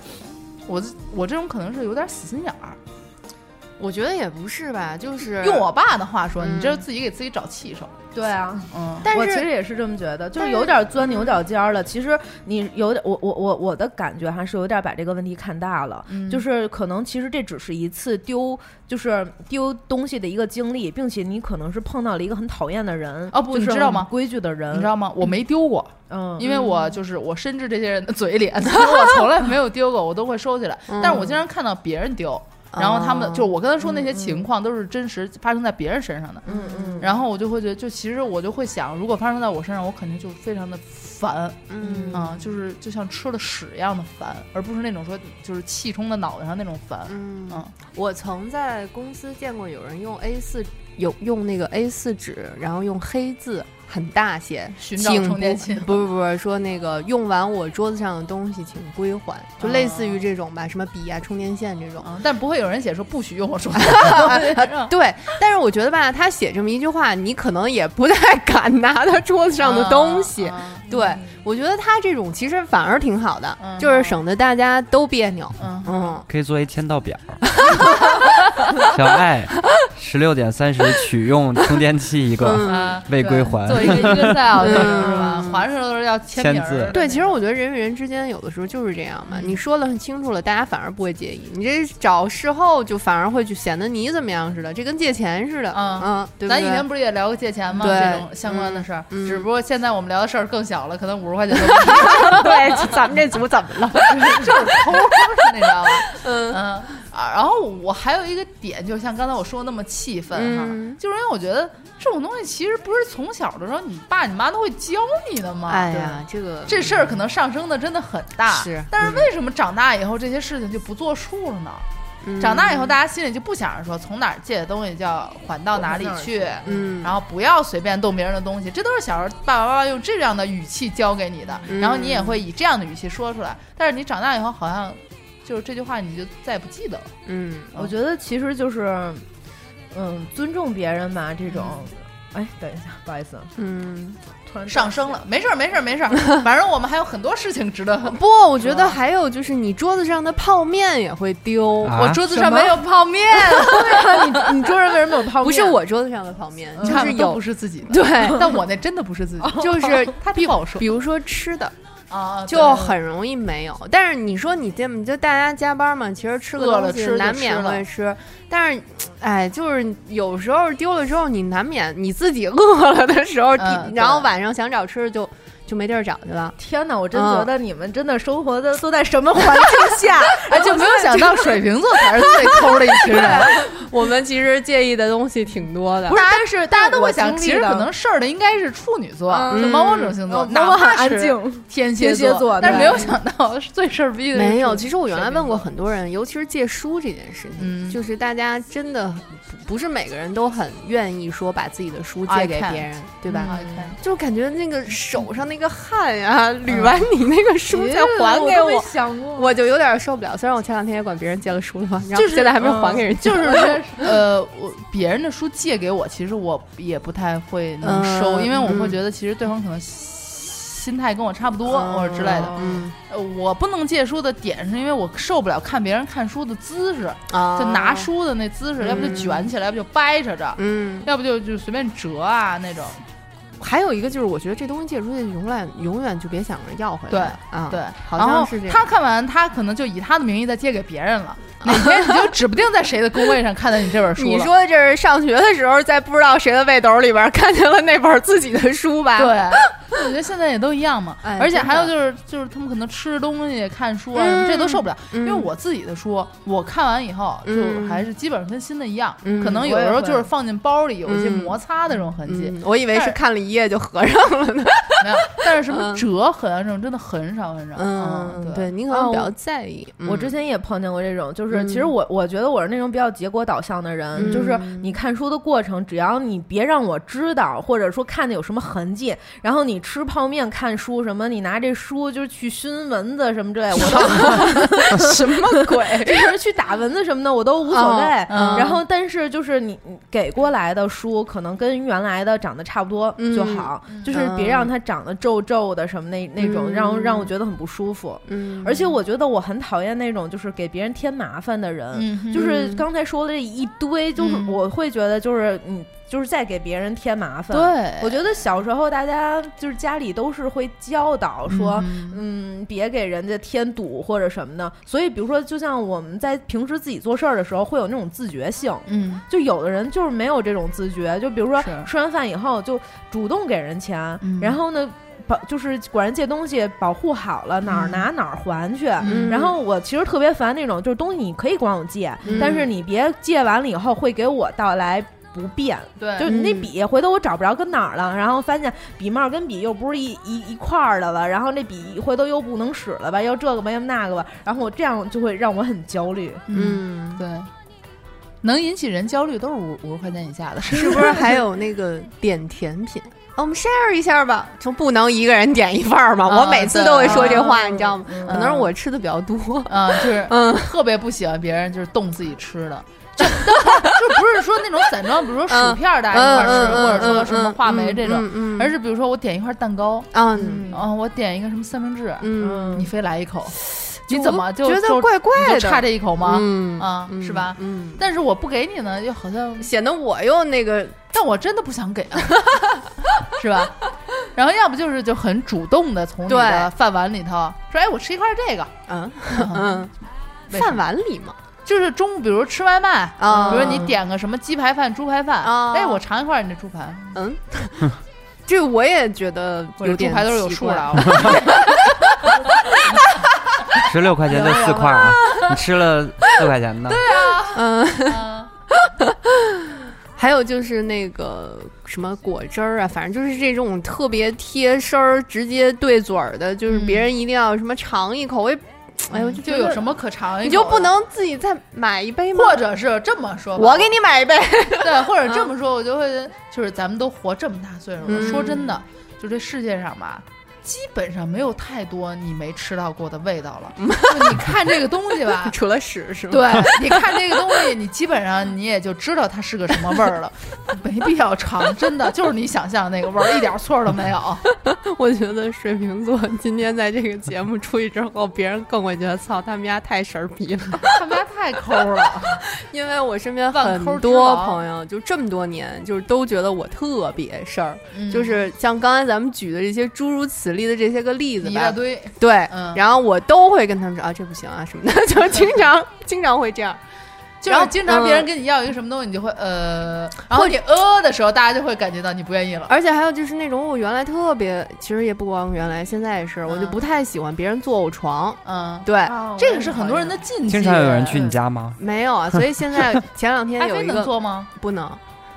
A: 我这我这种可能是有点死心眼儿。
B: 我觉得也不是吧，就是
A: 嗯用我爸的话说，
B: 嗯
A: 你这是自己给自己找气受。
E: 对啊，
A: 嗯，
B: 但
E: 我
B: 是
E: 其实也是这么觉得，就
B: 但
E: 是
B: 是
E: 有点钻牛角尖儿了。其实你有点，我我我我的感觉还是有点把这个问题看大了。
A: 嗯
E: 就是可能其实这只是一次丢，就是丢东西的一个经历，并且你可能是碰到了一个很讨厌的人
A: 哦不
E: 就是
A: 你知道吗
E: 很规矩的
A: 嗯
E: 人，
A: 你知道吗？我没丢过，
E: 嗯，
A: 因为我就是我深知这些人的嘴脸，所以我从来没有丢过，我都会收起来。
B: 嗯
A: 但是我经常看到别人丢，然后他们
B: 哦
A: 就我刚才说那些情况都是真实发生在别人身上的，
E: 嗯嗯，
A: 然后我就会觉得，就其实我就会想，如果发生在我身上，我肯定就非常的烦，
B: 嗯
A: 啊，就是就像吃了屎一样的烦，而不是那种说就是气冲在脑袋上那种烦。
B: 嗯
A: 嗯，
B: 我曾在公司见过有人用 A 四有用那个 A 四纸，然后用黑字很大写，
A: 寻找
B: 请
A: 充电
B: 不
A: 器
B: 不是不是说那个用完我桌子上的东西请归还，就类似
A: 哦
B: 于这种吧，什么笔啊、充电线这种。
A: 啊，但不会有人写说不许用我 说的话。
B: 对，但是我觉得吧，他写这么一句话，你可能也不太 敢拿他桌子上的东西。
A: 啊，啊
B: 对，我觉得他这种其实反而挺好的，
A: 嗯
B: 就是省得大家都别扭。
A: 嗯，
B: 嗯，
F: 可以做一签到表。 小爱，十六点三十取用充电器一个，
A: 啊
F: 未归还
A: 对做一个 Excel
B: 嗯
A: 是吧？还是都是要签名
F: 签字
A: 儿。
B: 对，其实我觉得人与人之间有的时候就是这样
A: 嗯
B: 嘛，你说的很清楚了，大家反而不会介意。你这找事后就反而会就显得你怎么样似的，这跟借钱似的，
A: 嗯
B: 嗯，对不
A: 咱
B: 对？
A: 以前不是也聊过借钱吗？
B: 对
A: 这种相关的事儿，
B: 嗯嗯
A: 只不过现在我们聊的事儿更小了，可能五十块钱都不
E: 嗯
B: 对，咱们这组怎么了？
A: 就是抠，你知道吗？
B: 嗯
A: 嗯啊，然后我还有一个点，就像刚才我说那么气愤哈，
B: 嗯
A: 就是因为我觉得这种东西其实不是从小的时候你爸你妈都会教你的嘛。
B: 哎
A: 对吧
B: 呀，这个
A: 这事儿可能上升的真的很大，
B: 是
A: 但是为什么长大以后这些事情就不作数了呢？
B: 嗯
A: 长大以后，大家心里就不想着说从哪儿借的东西就要还到哪里去，
B: 嗯，
A: 然后不要随便动别人的东西，这都是小时候爸爸妈妈用这样的语气教给你的，
B: 嗯
A: 然后你也会以这样的语气说出来。但是你长大以后，好像就是这句话你就再也不记得了。
B: 嗯，
E: 我觉得其实就是，嗯，尊重别人嘛，这种。哎，等一下，不好意思，
B: 嗯，
E: 突然
A: 上升了，没事儿，没事儿，没事儿，反正我们还有很多事情值得。
B: 不，我觉得还有就是你桌子上的泡面也会丢，
F: 啊
A: 我桌子上没有泡面，
E: 你你桌上为什么有泡面？啊
B: 不是我桌子上的泡面，就
A: 看
B: 是
A: 都嗯不
B: 嗯有
A: 是自己的，
B: 对，
A: 但我那真的不是自己的，
B: 就是
A: 他不好说
B: 比如说吃的。
A: 啊，
B: 就很容易没有。但是你说你这么就大家加班嘛，其实吃个
A: 饿了
B: 东西
A: 吃就
B: 难
A: 吃
B: 免
A: 了
B: 会吃，但是。哎，就是有时候丢了之后，你难免你自己饿了的时候，
A: 嗯
B: 你
A: 对
B: 然后晚上想找吃的就就没地儿找去 了。
E: 天哪，我真
B: 嗯
E: 觉得你们真的生活的都在什么环境下？
A: 哎，就没 有想到水瓶座才是最抠的一群人，
B: 我们其实介意的东西挺多的
E: 不，是，但是
A: 大家
E: 但
A: 都会
E: 我
A: 想，
E: 经历
A: 其实
E: 的
A: 可能事儿的应该是处女座，
E: 嗯
A: 是毛毛这种星座，
E: 嗯
A: 哪
E: 毛毛
A: 怕
E: 很安
A: 是
E: 静
A: 天蝎
E: 天蝎座
A: 但是没
E: 对
A: 有想到 是最事儿逼的
B: 没有。
A: 是
B: 其实我原来
A: 水瓶
B: 问过
A: 座
B: 很多人，尤其是借书这件事情，
A: 嗯
B: 就是大家真的不不是每个人都很愿意说把自己的书借
A: I
B: 给
A: can
B: 别人，对吧？
A: 嗯啊看
B: 就感觉那个手上那个汗呀、捋完你那个书再还给我，
E: 想过，
B: 嗯我就有点受不了。虽然我前两天也管别人借了书了嘛，然后
A: 就是
B: 现在还没有还给人家。
A: 就是说，呃，我别人的书借给我，其实我也不太会能收，
B: 嗯
A: 因为我会
B: 嗯
A: 觉得其实对方可能心态跟我差不多、
B: 嗯
A: 或者之类的。
B: 嗯
A: 呃我不能借书的点是因为我受不了看别人看书的姿势，
B: 啊，
A: 就拿，书的那姿势，要不就
B: 嗯
A: 卷起来，要不就掰扯着，
B: 嗯，
A: 要不就就随便折啊那种。
B: 还有一个就是，我觉得这东西借出去，永远永远就别想着要回来。对啊，
A: 对，
B: 好
A: 然后
B: 像是这样。
A: 他看完，他可能就以他的名义再借给别人了。哪天你就指不定在谁的工位上看到你这本书了。
B: 你说这是上学的时候，在不知道谁的背斗里边看见了那本自己的书吧？，
A: 对，我觉得现在也都一样嘛。
B: 啊哎
A: 而且还有
B: 真
A: 就是，就是他们可能吃东西、看书啊，什么，这都受不了。
B: 嗯
A: 因为我自己的书，我看完以后就
B: 嗯
A: 还是基本上跟新的一样，
B: 嗯
A: 可能有
E: 我也
A: 时候
E: 会
A: 就是放进包里有一些
B: 嗯
A: 摩擦的这种痕迹。
B: 嗯，我以为
A: 但
B: 是
A: 是
B: 看了一夜就合上了呢。
A: 没有，但是什么
B: 嗯
A: 折痕啊这种真的很少很少。
B: 嗯，
A: 对，
B: 对，你可能比
E: 啊
B: 较
E: 我
B: 在意。
E: 我
B: 嗯
E: 之前也碰见过这种，就是
B: 嗯
E: 其实我我觉得我是那种比较结果导向的人，
B: 嗯
E: 就是你看书的过程，只要你别让我知道，或者说看的有什么痕迹，然后你吃泡面看书什么，你拿这书就是去熏蚊子什么之类，我都
A: 什么鬼？
E: 就是去打蚊子什么的，我都无所谓。
B: 哦嗯
E: 然后，但是就是你你给过来的书，可能跟原来的长得差不多
B: 嗯
E: 就好，就是别让它长得皱皱的什么那那种，
B: 嗯
E: 让让我觉得很不舒服。
B: 嗯，
E: 而且我觉得我很讨厌那种就是给别人添麻烦的人，
A: 嗯哼，
E: 就是刚才说的这一堆，就是
A: 嗯
E: 我会觉得就是你就是在给别人添麻烦。
A: 对，，
E: 我觉得小时候大家就是家里都是会教导说，
A: 嗯
E: 嗯，别给人家添堵或者什么的。所以，比如说，就像我们在平时自己做事儿的时候，会有那种自觉性。
A: 嗯
E: 就有的人就是没有这种自觉，就比如说
A: 是
E: 吃完饭以后就主动给人钱，
A: 嗯
E: 然后呢，保就是管人借东西保护好了，哪儿
A: 嗯
E: 拿哪儿还去。
A: 嗯
E: 然后我其实特别烦那种，就是东西你可以管我借，
B: 嗯
E: 但是你别借完了以后会给我带来不便。
A: 对，
E: 就是你那
B: 嗯
E: 笔，回头我找不着跟哪儿了，然后发现笔帽跟笔又不是一一一块儿的了，然后那笔回头又不能使了吧，又这个吧，又那个吧，然后我这样就会让我很焦虑。
A: 嗯
B: 嗯，
A: 对，能引起人焦虑都是五五十块钱以下的，
B: 是不是还有那个点甜品？啊我们 share 一下吧，就不能一个人点一份儿嘛。
A: 啊
B: 我每次都会说这话，你知道吗？
E: 嗯
B: 可能是我吃的比较多。
A: 啊，就是
B: 嗯
A: 特别不喜欢别人就是动自己吃的。就 就不是说那种散装，比如说薯片儿大家一块
B: 嗯
A: 儿吃，或者说什么话梅这种，，而
B: 是
A: 是比如说我点一块蛋糕，
B: 嗯
A: 嗯，我点一个什么三明治，
B: 嗯，
A: 你非来一口，你怎么就
B: 觉
A: 就
B: 得怪怪
A: 你
B: 的？
A: 就差这一口吗？
B: 嗯
A: 啊
B: 嗯
A: 是吧
B: 嗯，
A: 但是我不给你呢，又好像，
B: 显得我又那个
A: 但我真的不想给啊， 是吧？然后要不就是就很主动的从你的
B: 对
A: 饭碗里头说，哎，我吃一块这个，
B: 嗯
A: 嗯
B: 嗯，
A: 为什
B: 饭
A: 么
B: 碗里嘛。
A: 就是中午比如吃外卖，
B: 啊
A: 比如你点个什么鸡排饭、猪排饭，
B: 啊
A: 哎，我尝一块你这猪排，
B: 嗯，这我也觉得
A: 我这
B: 有
A: 猪
B: 点
A: 排都是有
B: 奇
A: 数
B: 怪
A: 的，啊， 我
F: 十六块钱的四 块啊，你吃了四块钱的，
B: 嗯，
A: 啊
B: 还有就是那个什么果汁儿啊，反正就是这种特别贴身儿、直接对嘴儿的，就是
A: 嗯
B: 别人一定要什么尝一口，我也，哎呦，
A: 就有什么
B: 么，
A: 可尝一口的，
B: 你就不能自己再买一杯吗？
A: 或者是这么说吧，
B: 我给你买一杯，
A: 对， 或者这么说，我就会就是咱们都活这么大岁数了，
B: 嗯，
A: 说真的，就这世界上吧。基本上没有太多你没吃到过的味道了。就你看这个东西吧
B: 除了屎是吗？
A: 对，你看这个东西，你基本上你也就知道它是个什么味儿了，没必要尝。真的就是你想象的那个味儿，一点错儿都没 有。
B: 我觉得水瓶座今天在这个节目出去之后，别人更会觉得操他们家太神儿逼了。
A: 他们家太抠了，
B: 因为我身边
A: 万
B: 很
A: 抠之
B: 多
A: 王
B: 朋友，就这么多年，就是都觉得我特别事儿，
A: 嗯
B: 就是像刚才咱们举的这些诸如此例的这些个例子
A: 一大
B: 吧，
A: 堆。
B: 对，
A: 嗯
B: 然后我都会跟他们说啊，这不行啊什么的， 就经常经常会这样，
A: 就
B: 然
A: 是
B: 后
A: 经常别人
B: 嗯
A: 跟你要一个什么东西，你就会呃，然后你呃的时候，大家就会感觉到你不愿意了。
B: 而且还有就是那种我原来特别，其实也不光原来，现在也是，我就
A: 嗯
B: 不太喜欢别人坐我床，
A: 嗯，
B: 对，
A: 这个是很多人的禁忌。
F: 经常有人去你家吗？
B: 没有 啊，所以现在前两天
A: 阿
B: 嗯有
A: 飞
B: 一
A: 能
B: 个
A: 做吗？
B: 不能，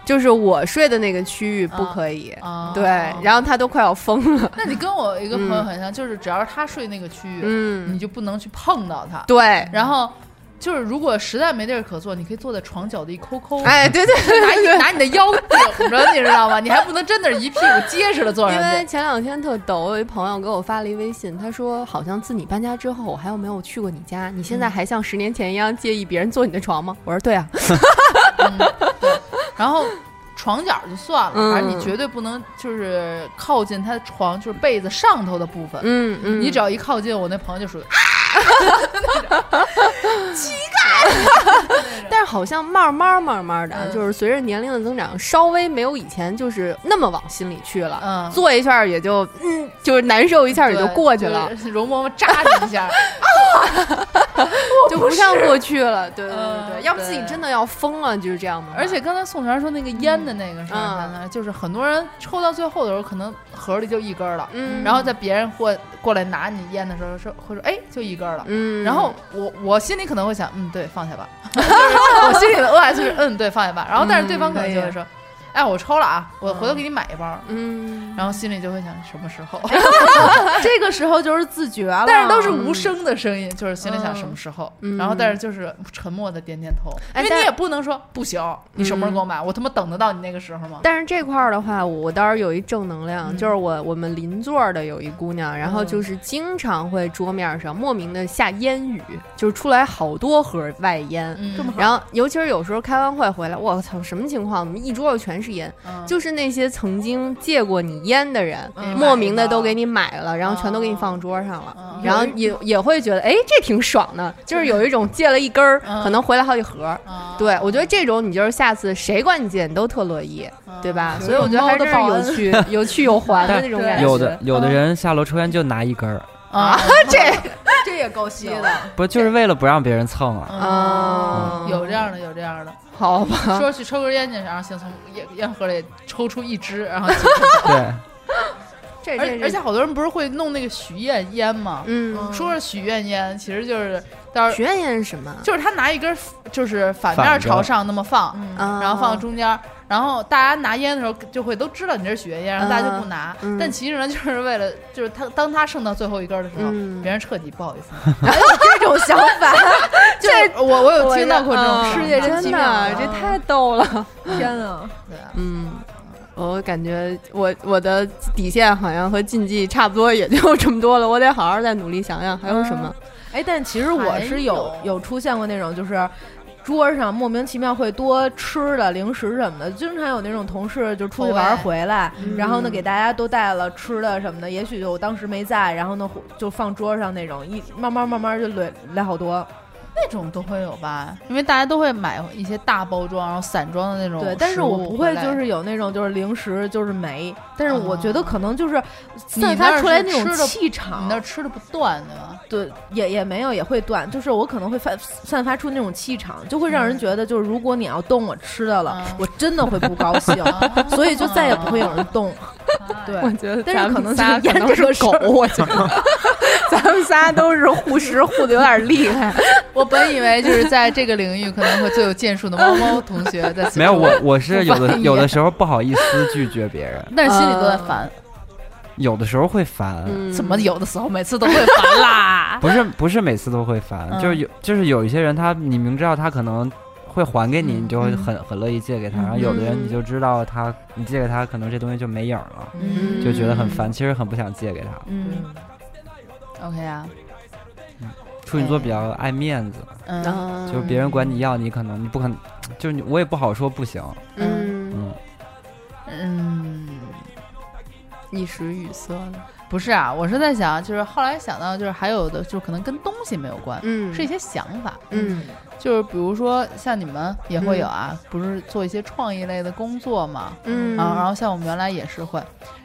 B: 就是我睡的那个区域不
A: 啊
B: 可以，
A: 啊，
B: 对，然后他都快要疯了，
A: 那你跟我一个朋友很像，就是只要是他睡那个区域，你
B: 嗯，
A: 就不能去碰到他。
B: 对。
A: 然后就是如果实在没地儿可坐，你可以坐在床角的一抠抠，
B: 哎，对对对
A: 拿
B: 对
A: 你
B: 对，
A: 拿你的腰顶着，你知道吗？你还不能真的是一屁股结实的坐
B: 因
A: 上
B: 为
A: 去。
B: 前两天特逗，我有一朋友给我发了一微信，他说好像自你搬家之后，我还有没有去过你家？你现在还像十年前一样介意别人坐你的床吗？我说对啊，
A: 嗯，对。然后。床角就算了，
B: 嗯
A: 反正你绝对不能就是靠近他床，就是被子上头的部分。
B: 嗯 嗯
A: 你只要一靠近，我那朋友就属于
B: 但是好像慢慢慢慢的，
A: 嗯
B: 就是随着年龄的增长，稍微没有以前就是那么往心里去了，
A: 嗯
B: 坐一下也就嗯，就是难受一下也就
A: 对
B: 过去了，，
A: 就是容嬷嬷扎你一 下，
B: 就不像过去了。对对对对，
A: 嗯
B: 要不自己
A: 对
B: 真的要疯了，就是这样嘛。
A: 而且刚才宋璇说那个烟的那个事儿，
B: 嗯
A: 看来就是很多人抽到最后的时候，可能盒里就一根儿了，
B: 嗯
A: 然后在别人或过来拿你烟的时候，说会说哎，就一根儿了。
B: 嗯，
A: 然后我我心里可能会 想，嗯，对，放下吧。就是我心里的 OS 是，嗯，对，放下吧。然后但是对方可能就会说，哎，我抽了啊，我回头给你买一包。
B: 嗯，
A: 然后心里就会想什么时候，
E: 这个时候就是自觉了，
A: 但是都是无声的声音，就是心里想什么时候，
B: 嗯
A: 然后但是就是沉默的点点头，
B: 哎
A: 因为
B: 但嗯
A: 你也不能说不行，你什么时候给我买？我他妈等得到你那个时候吗？
B: 但是这块儿的话，我我倒是有一正能量，
A: 嗯
B: 就是我我们邻座儿的有一姑娘，然后就是经常会桌面上莫名的下烟雨，就是出来好多盒外烟。
A: 嗯，
E: 这么
B: 然后，尤其是有时候开完会回来，我操，什么情况？怎么一桌子全是烟？
A: 嗯
B: 就是那些曾经借过你烟的人，
A: 嗯哦
B: 莫名的都给你买了，然后全都给你放桌上了，
A: 嗯
B: 然后也也会觉得，哎，这挺爽的，就是有一种借了一根儿，
A: 嗯
B: 可能回来好几盒儿。
A: 啊
B: 对，我觉得这种你就是下次谁管你借，你都特乐意，
A: 嗯
B: 对吧？所以我觉得还是嗯有趣、 有去有还的那种感觉。
F: 有的有的人下楼抽烟就拿一根儿，
A: 啊，
E: 这也够稀的。
F: 不就是为了不让别人蹭啊？
A: 嗯
B: 啊，
A: 有这样的，有这样的，
B: 嗯好吧？
A: 说去抽根烟去，然后先从烟烟盒里抽出一支，然后接着，
F: 对，
B: 这这
A: 而而且好多人不是会弄那个许愿烟吗？
B: 嗯，
A: 说是许愿烟，其实就是到时候
B: 许愿烟是什么？
A: 就是他拿一根就是反嗯
F: 反
A: 面
F: 着
A: 朝上那么放，
B: 啊
A: 然后放中间儿，然后大家拿烟的时候就会都知道你这是许愿烟，然后大家就不拿。
B: 嗯
A: 但其实呢，就是为了就是他当他剩到最后一根儿的时候，
B: 嗯
A: 别人彻底不好意 思。
E: 这种想 法，
A: 就是我我有听到过这种
B: 嗯
A: 世界真奇
B: 真
A: 妙
B: 的，
A: 啊，
B: 这太逗了。
E: 天哪！
A: 对啊
B: 嗯，我感觉我我的底线好像和禁忌差不多，也就这么多了。我得好好再努力想想还有什么。
E: 哎，但其实我是有
A: 还有
E: 有出现过那种，就是桌上莫名其妙会多吃的零食什么的，经常有那种同事就出去玩儿
A: 口
E: 回来，
B: 嗯
E: 然后呢给大家都带了吃的什么的，也许就我当时没在，然后呢就放桌上那种，一慢慢慢慢就垒垒好多。
A: 那种都会有吧，因为大家都会买一些大包装，然后散装的那种。
E: 对，但是我不会就是有那种就是零食就是没，但是我觉得可能就是哦散
A: 你那
E: 发
A: 儿
E: 出来
A: 是
E: 那种
A: 吃的
E: 气
A: 你
E: 场
A: 那，吃的不断对吧？
E: 对，也也没有也会断，就是我可能会发散发出那种气场，就会让人觉得就是如果你要动我吃的了，
A: 嗯
E: 我真的会不高兴， 所以就再也不会有人动。
A: 嗯
E: 对，
B: 嗯我觉得
E: 但是
B: 咱们
E: 可能
B: 仨
E: 就是
B: 可
E: 沿
B: 能
E: 着
B: 是
E: 个事
B: 狗
E: 儿，
B: 我觉得 咱们仨都是护食护的有点厉害。
A: 我本以为就是在这个领域可能会最有建树的猫猫同学在此
F: 没有
A: 处
F: 我，我是有
A: 不
F: 的
A: 放
F: 有的
A: 烟
F: 时候不好意思拒绝别人，
A: 但是心里都在烦，
F: 有的时候会烦，
B: 嗯
A: 怎么有的时候每次都会烦啦？
F: 不是不是每次都会烦，
A: 嗯
F: 就是有就是有一些人他你明知道他可能会还给你，
A: 嗯
F: 你就会
A: 嗯
F: 很很乐意借给他，
A: 嗯
F: 然后有的人
B: 嗯
F: 你就知道他你借给他可能这东西就没影儿了，
A: 嗯
B: 嗯
F: 就觉得很烦，其实很不想借给他。
A: 嗯，OK 啊，
F: 处女座比较爱面子，
A: 嗯，
B: 嗯
F: 就是别人管你要，你可能你不可能，就是你我也不好说不行，
B: 嗯，
F: 嗯，
A: 嗯，
B: 一时语塞了。
A: 不是啊，我是在想，就是后来想到，就是还有的，就是可能跟东西没有关，
B: 嗯
A: 是一些想法，
B: 嗯
A: 就是比如说像你们也会有啊，不是做一些创意类的工作嘛，
B: 嗯
A: 啊，然后像我们原来也是会，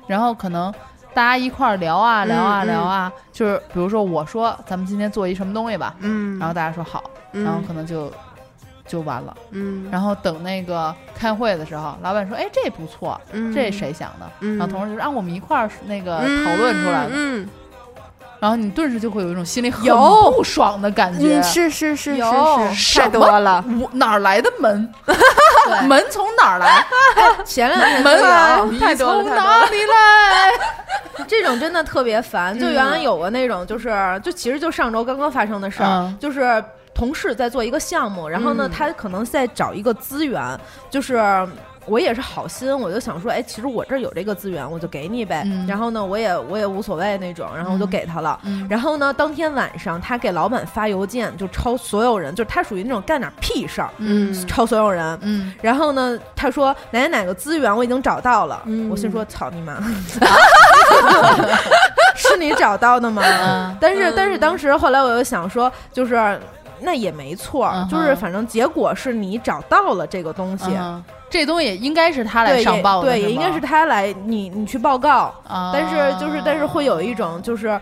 A: 然后可能大家一块儿聊啊聊啊
B: 嗯嗯
A: 聊啊，就是比如说我说咱们今天做一什么东西吧，
B: 嗯，
A: 然后大家说好，然后可能就就完了，
B: 嗯，
A: 然后等那个开会的时候，老板说哎这不错，
B: 嗯
A: 这谁想的？
B: 嗯
A: 然后同事就说啊我们一块儿那个讨论出来的，
B: 嗯，
A: 然后你顿时就会有一种心里很
B: 有
A: 不爽的感觉
B: 嗯，是是是
A: 有
B: 是是，太
A: 什么
B: 多了。
A: 我哪儿来的门？门从哪儿来？
E: 前两天
A: 门
E: 就有
A: 你
B: 啊太多了
A: 从
B: 太多了
A: 哪里来？
E: 这种真的特别烦。就原
A: 嗯
E: 来有过那种，就是就其实就上周刚刚发生的事儿
A: 嗯，
E: 就是。啊同事在做一个项目，然后呢，
B: 嗯
E: 他可能在找一个资源，就是我也是好心，我就想说，哎，其实我这儿有这个资源，我就给你呗。
A: 嗯
E: 然后呢，我也我也无所谓那种，然后我就
A: 嗯
E: 给他了。
A: 嗯
E: 然后呢，当天晚上他给老板发邮件，就抄所有人，就是他属于那种干点屁事儿，
B: 嗯
E: 抄所有人。
A: 嗯，
E: 然后呢，他说哪哪哪个资源我已经找到了，
B: 嗯
E: 我心说操 你妈， 是你找到的吗？
A: 嗯
E: 但是
B: 嗯
E: 但是当时后来我又想说，就是那也没错
A: 嗯，哼
E: 就是反正结果是你找到了这个东西，
A: 嗯这东西也应该是他来
E: 对
A: 上
E: 也
A: 报的，
E: 对也应该是他来你你去报告，
A: 啊。
E: 但是就是但是会有一种就是啊，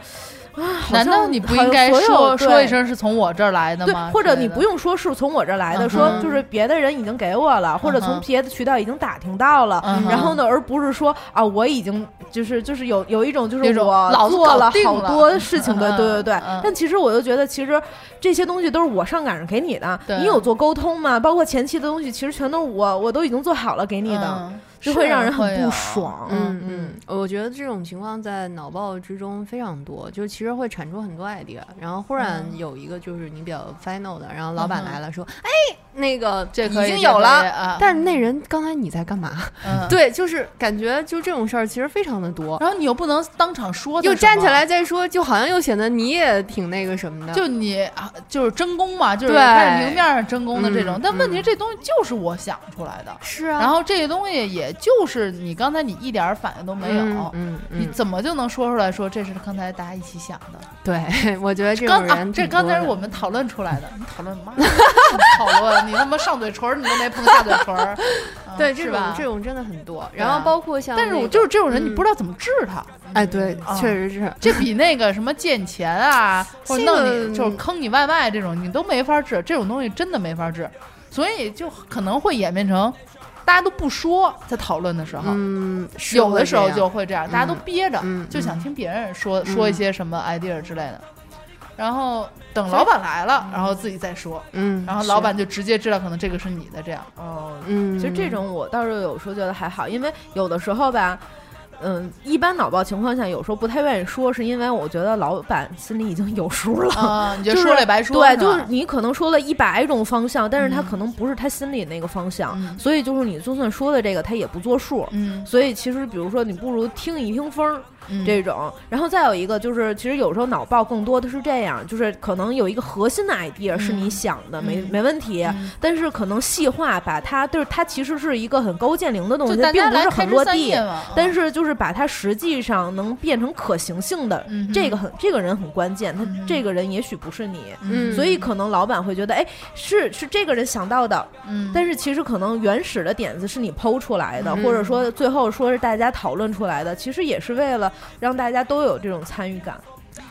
E: 好
A: 难道
E: 像
A: 你不
E: 好像
A: 应该
E: 所有
A: 说
E: 对
A: 说一声是从我这儿来的
E: 对
A: 吗？，
E: 或者
A: 之类
E: 你
A: 的
E: 不用说是从我这儿来的，
A: 嗯
E: 说
B: 哼
E: 就是别的人已经给我了，或者
A: 嗯
E: 从
A: 哼
E: 别的渠道已经打听到了。
A: 嗯哼
E: 然后呢，而不是说啊，我已经就是就是有有一种就
A: 有一
E: 是
A: 种
E: 我
A: 老子
E: 做
A: 搞
E: 了
A: 定
E: 好
A: 了
E: 多事情，对
A: 嗯
E: 对对对
A: 嗯。
E: 但其实我就觉得，其实这些东西都是我上赶着给你的
A: 对，
E: 你有做沟通吗？包括前期的东西，其实全都是我我都已经做好了给你的。
A: 嗯
E: 就会让人
A: 会
E: 很
A: 有
E: 不爽。
B: 嗯嗯，我觉得这种情况在脑暴之中非常多，就是其实会产出很多 idea，然后忽然
A: 嗯
B: 有一个就是你比较 final 的，然后老板
A: 嗯哼
B: 来了说，哎，那个
A: 这
B: 已
A: 可以
B: 经
A: 这
B: 有
A: 可以
B: 了，
A: 啊，
B: 但是那人刚才你在干嘛？
A: 嗯，
B: 对，就是感觉就这种事儿其实非常的多，
A: 然后你又不能当场说，
B: 又站起。来再说，就好像又显得你也挺那个什么的，
A: 就你啊，就是争功嘛，就是
B: 对
A: 开始明面上争功的这种
B: 嗯。
A: 但问题
B: 嗯
A: 是这东西就是我想出来的，
B: 是啊，
A: 然后这个东西也就是你刚才你一点儿反应都没有，
B: 嗯嗯，
A: 你怎么就能说出来说这是刚才大家一起想的？
B: 对，我觉得这种
A: 刚啊
B: 人，
A: 这
B: 挺多
A: 刚才
B: 的
A: 是我们讨论出来的，你讨论 妈，你讨论你他妈上嘴唇儿你都没碰下嘴唇 儿，嗯
B: 对
A: 是
B: 这种
A: 吧
B: 这？种真的很多，
A: 对
B: 然后
A: 啊
B: 包括像那
A: 但
B: 个，
A: 是我就是这种人，
B: 嗯
A: 你不知道怎么治他。
B: 哎，对，
A: 啊
B: 确实是。
A: 这比那个什么借你钱 啊，或者弄
B: 这个
A: 你就是坑你外卖这种，你都没法治，这种东西真的没法治，所以就可能会演变成大家都不说，在讨论的时候，
B: 嗯，是
A: 有
B: 会
A: 的时候
B: 这样
A: 就会这样，大家都憋着，
B: 嗯
A: 就想
B: 嗯
A: 听别人说、
B: 嗯
A: 说一些什么 idea 之类的，然后等老板来了，然后自己再说，
B: 嗯，
A: 然后
B: 是
A: 老板就直接知道可能这个是你的这样，
E: 嗯，
B: 嗯，
E: 其实这种我倒是有时候觉得还好，因为有的时候吧，嗯，一般脑暴情况下，有时候不太愿意说，是因为我觉得老板心里已经有数了。
A: 啊、 你就
E: 就是
A: 说了也白说，
E: 对，就是是
A: 吧
E: 你可能说了一百种方向，但是他
A: 嗯
E: 可能不是他心里那个方向，
A: 嗯
E: 所以就是你就算说的这个，他也不作数。
A: 嗯，
E: 所以其实，比如说你不如听一听风儿
A: 嗯
E: 这种，然后再有一个就是，其实有时候脑暴更多的是这样，就是可能有一个核心的 idea 是你
A: 嗯
E: 想的，没
A: 嗯
E: 没问题，
A: 嗯
E: 但是可能细化，把它就是它其实是一个很高建龄的东
A: 就
E: 西，
A: 大
E: 并
A: 家
E: 不
A: 来
E: 是
A: 开
E: 很
A: 枝
E: 落
A: 散
E: 地
A: 叶。嘛，
E: 但
A: 是
E: 是就是把它实际上能变成可行性的，
A: 嗯哼
E: 这个很这个人很关键，他
A: 嗯哼
E: 这个人也许不是你，
B: 嗯
E: 所以可能老板会觉得，哎，是是这个人想到的，
A: 嗯，
E: 但是其实可能原始的点子是你剖出来的，
B: 嗯
E: 或者说最后说是大家讨论出来的，其实也是为了让大家都有这种参与感。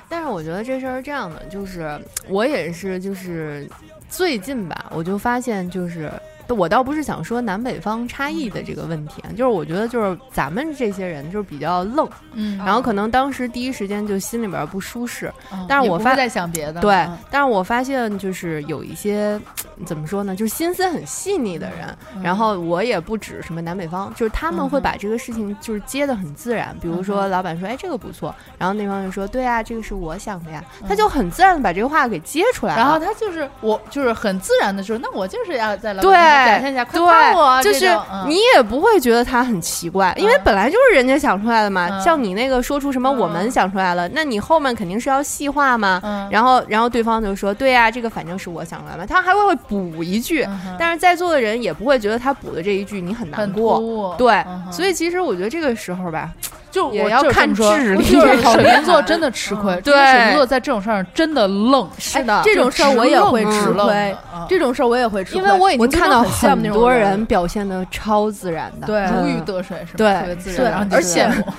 B: 但是我觉得这事儿是这样的，就是我也是，就是最近吧，我就发现，就是我倒不是想说南北方差异的这个问题啊，就是我觉得就是咱们这些人就是比较愣，
A: 嗯，
B: 然后可能当时第一时间就心里边儿不舒适，
A: 嗯
B: 但是
A: 也
B: 我
A: 不
B: 发
A: 会再想别的了，
B: 对
A: 嗯，
B: 但是我发现就是有一些怎么说呢，就是心思很细腻的人，
A: 嗯
B: 然后我也不指什么南北方，就是他们会
A: 嗯哼
B: 把这个事情就是接的很自然，比如
A: 嗯
B: 说
A: 哼
B: 老板说，哎，这个不错，然后那方就说，对啊，这个是我想的呀，
A: 嗯
B: 他就很自然的把这个话给接出来了，
A: 然后他就是我，就是很自然的说，那我就是要在老板面
B: 对
A: 前展现一下，快夸我啊，
B: 对，就
A: 这
B: 是
A: 种嗯
B: 你也不会觉得他很奇怪，因为
A: 嗯
B: 本来就是人家想出来的嘛。
A: 嗯
B: 像你那个说出什么我们
A: 嗯
B: 想出来了，那你后面肯定是要细化嘛。
A: 嗯，
B: 然后，然后对方就说：“对呀、这个反正是我想出来嘛。”他还会补一句，
A: 嗯哼
B: 但是在座的人也不会觉得他补的这一句你很难
A: 很
B: 过。
A: 突兀
B: 对，
A: 嗯哼
B: 所以其实我觉得这个时候吧，
A: 就
B: 也
A: 我
B: 要
A: 就是这
B: 看
A: 么说
B: 智力
A: 就是
B: 好
A: 水
B: 厉
A: 瓶座
B: 害
A: 真的吃亏，
B: 对
A: 真的水瓶座在这种事儿上真的愣，
B: 是的，
E: 这种事儿我也会
A: 直
E: 吃
A: 愣的
E: 亏，
A: 嗯
E: 这种事儿我也会吃亏，
B: 因为我已经
E: 真的
B: 看到
E: 很羡慕那
B: 很
E: 种
B: 多人表现的超自然的，
E: 对
A: 如鱼得水是吧？
B: 对
A: 特别自
E: 是
A: 然，然后你就
E: 而且
A: 羡慕，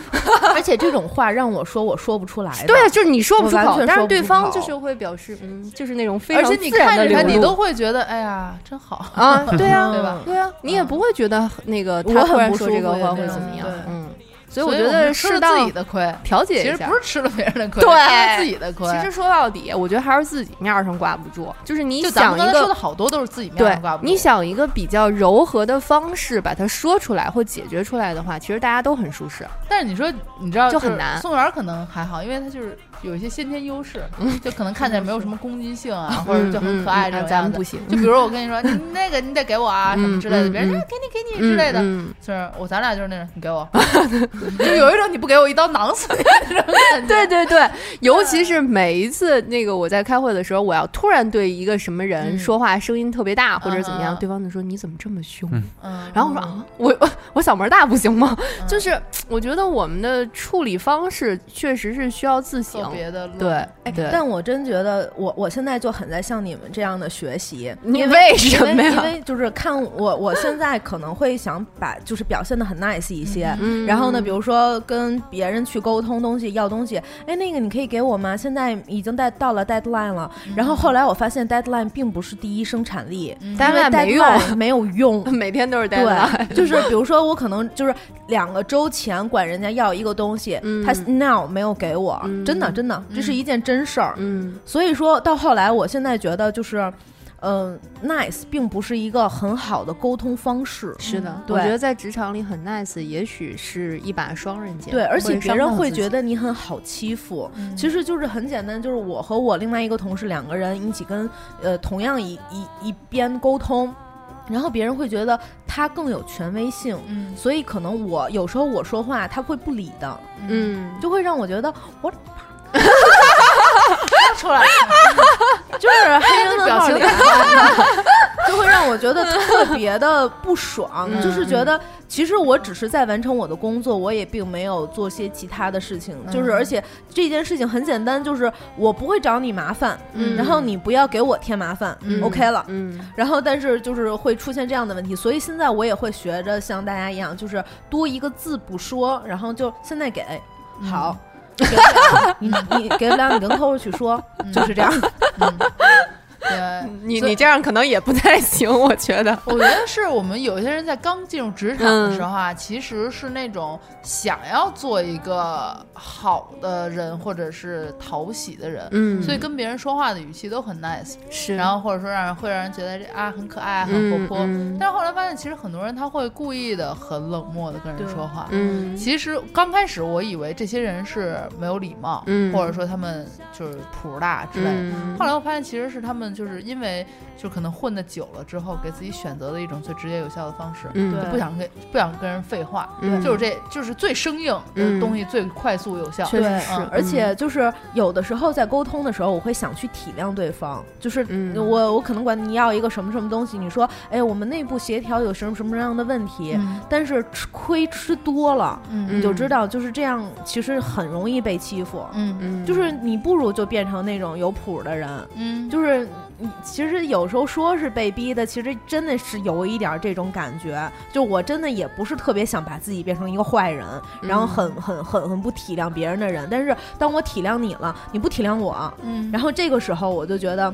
E: 而且这种话让我说我说不出来的。
B: 对，就是你说不出
E: 我完
B: 口，
E: 全
B: 但是
E: 说不
B: 对
E: 出
B: 方
E: 口
B: 就是会表示，嗯，就是那种非
A: 而
B: 常
A: 且你
B: 自然
A: 看
B: 的
A: 着他，你
B: 流露
A: 都会觉得哎呀，真好，
B: 啊，对呀、
A: 对吧
E: 嗯？
B: 对啊，你也
A: 嗯
B: 不会觉得那个
E: 我
B: 他
E: 很
B: 突然
E: 不
B: 说
E: 舒
B: 这个
E: 服也
B: 话
E: 没
B: 会
E: 有
B: 怎么样
A: 对？
B: 嗯，
A: 所
B: 所以我觉
A: 们
B: 得
A: 吃了
B: 适
A: 自己
B: 当
A: 的亏，
B: 调节
A: 其
B: 一
A: 实
B: 下
A: 不。是吃了别人的亏，
B: 对
A: 吃了自己的亏。
B: 其实说到底，我觉得还是自己面儿上挂不住，就是你
A: 就咱
B: 想
A: 们
B: 一
A: 刚才说的
B: 个。
A: 好多都是自己面
B: 对
A: 上挂，不住
B: 你想一个比较柔和的方式把它说出来或解决出来的话，其实大家都很舒适。
A: 但是你说，你知道
B: 就很
A: 是
B: 难
A: 宋元儿可能还好，因为他就是有一些先天优势，就可能看起来没有什么攻击性啊，或者就很可爱这
B: 嗯嗯嗯
A: 种
B: 咱
A: 样
B: 们
A: 子
B: 不。行，
A: 就比如我跟你说，你那个你得给我啊，什么之类的，
B: 嗯
A: 别人
B: 嗯
A: 说哎给你给你之类的，
B: 嗯啊嗯
A: 就是我咱俩就是那种你给我，就有一种你不给我一刀囊死你那种感觉。
B: 对对对，尤其是每一次那个我在开会的时候，我要突然对一个什么人
A: 嗯
B: 说话声音特别大或者怎么
A: 嗯
B: 样，
A: 嗯嗯
B: 对方就说你怎么这么凶？
F: 嗯
A: 嗯，
B: 然后我说啊，我我我嗓门大不行吗？
A: 嗯
B: 就是我觉得我们的处理方式确实是需要自省
A: 特。别嗯的
B: 对，
E: 哎
B: 对，
E: 但我真觉得我我现在就很在向你们这样的学习，
B: 你
E: 因
B: 为
E: 因
B: 什
E: 为
B: 么
E: 因
B: 呀？
E: 为就是看我，我现在可能会想把就是表现的很 nice 一些。
B: 嗯
E: 然后呢，比如说跟别人去沟通东西、要东西，哎，那个你可以给我吗？现在已经带到了 deadline 了。然后后来我发现 deadline 并不是第一生产力，
A: 嗯
B: 但
E: 因为
B: 是没用，
E: deadline 没有用。
B: 每天都是带来。
E: 对，就是比如说我可能就是两个周前管人家要一个东西，
B: 嗯
E: 他 now 没有给我，
B: 嗯
E: 真的真的，这是一件真事儿。
B: 嗯
E: 所以说到后来，我现在觉得就是，嗯、嗯、n i c e 并不是一个很好的沟通方式。
B: 是的，
E: 对
B: 我觉得在职场里很 nice，也许是一把双刃剑。
E: 对，而且别人会觉
B: 得
E: 得你很好欺负，
A: 嗯
E: 其实就是很简单，就是我和我另外一个同事两个人一起跟呃同样一一一边沟通，然后别人会觉得他更有权威性，
A: 嗯
E: 所以可能我有时候我说话他会不理的，
B: 嗯，
E: 就会让我觉得我
A: 出来了，
E: 就是黑人问号
A: 表情
E: 脸，啊 就会让我觉得特别的不爽，
B: 嗯
E: 就是觉得其实我只是在完成我的工作，我也并没有做些其他的事情，就是
A: 嗯
E: 而且这件事情很简单，就是我不会找你麻烦，
B: 嗯
E: 然后你不要给我添麻烦、
B: 嗯
E: o k 了。
B: 嗯
E: 然后，但是就是会出现这样的问题，所以现在我也会学着像大家一样，就是多一个字不说，然后就现在给
A: 嗯
E: 好，嗯 给不了你你给不了你跟客户去说，
A: 嗯
E: 就是这样。
A: 嗯对。
B: 你
A: 所以
B: 你这样可能也不太行，我觉得。
A: 我觉得是我们有些人在刚进入职场的时
B: 嗯
A: 候啊，其实是那种想要做一个好的人，或者是讨喜的人，
B: 嗯
A: 所以跟别人说话的语气都很 nice，
B: 是
A: 然后或者说让人会让人觉得这啊很可爱、很活泼。
B: 嗯
A: 但是后来发现，其实很多人他会故意的很冷漠的跟人说话。
B: 嗯
A: 其实刚开始我以为这些人是没有礼貌，
B: 嗯
A: 或者说他们就是谱儿大之类的。
B: 嗯
A: 后来我发现，其实是他们就是因为就可能混得久了之后，给自己选择的一种最直接有效的方式，
B: 嗯
E: 对
A: 就不想跟不想跟人废话，
B: 嗯
A: 就是这就是最生硬的
B: 嗯
A: 东西最快速有效。
B: 确实
E: 对
B: 是
A: 嗯，
E: 而且就是有的时候在沟通的时候，我会想去体谅对方，就是。
B: 嗯
E: 我我可能管你要一个什么什么东西，你说，哎，我们内部协调有什么什么样的问题，
A: 嗯
E: 但是吃亏吃多了，
A: 嗯
E: 你就知道就是这样，其实很容易被欺负。
A: 嗯
B: 嗯
E: 就是你不如就变成那种有谱的人，
A: 嗯，
E: 就是你其实有时候说是被逼的，其实真的是有一点儿这种感觉。就我真的也不是特别想把自己变成一个坏人，然后
B: 嗯
E: 很很很很不体谅别人的人。但是当我体谅你了，你不体谅我，
A: 嗯，
E: 然后这个时候我就觉得。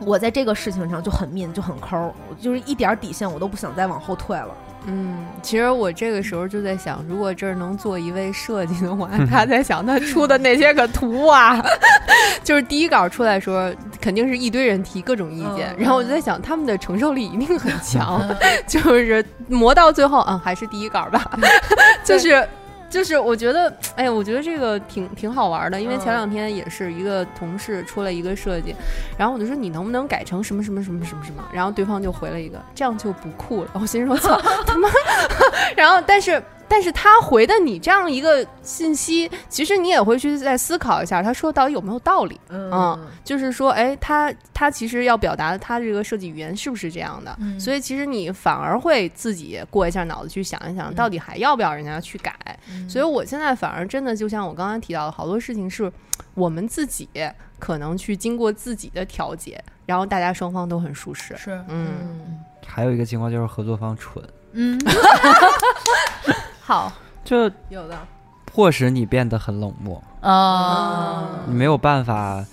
E: 我在这个事情上就很 mean，就很抠儿，我就是一点儿底线我都不想再往后退了。
B: 嗯，其实我这个时候就在想，如果这儿能做一位设计的话，他在想他出的那些个图啊， 就是第一稿出来的时候，肯定是一堆人提各种意见，
E: 嗯
B: 然后我就在想他们的承受力一定很 强，
A: 嗯
B: 就是磨到最后，嗯，还是第一稿吧， 就是。就是我觉得，哎呀，我觉得这个挺挺好玩的，因为前两天也是一个同事出了一个设计，然后我就说你能不能改成什么什么什么什么什么，然后对方就回了一个这样就不酷了，我 心说操他妈， 然后但是但是他回的你这样一个信息，其实你也会去再思考一下，他说到底有没有道理，嗯就是说，哎，他他其实要表达的他这个设计语言是不是这样的？
A: 嗯
B: 所以其实你反而会自己过一下脑子去想一想，
A: 嗯
B: 到底还要不要人家去改？所以我现在反而真的就像我刚刚提到的，好多事情是我们自己可能去经过自己的调节，然后大家双方都很舒适。
A: 是
B: 嗯，
F: 还有一个情况就是合作方蠢，
A: 嗯，好
F: 就
E: 有的，
F: 迫使你变得很冷漠，
A: 啊，
F: 你没有办法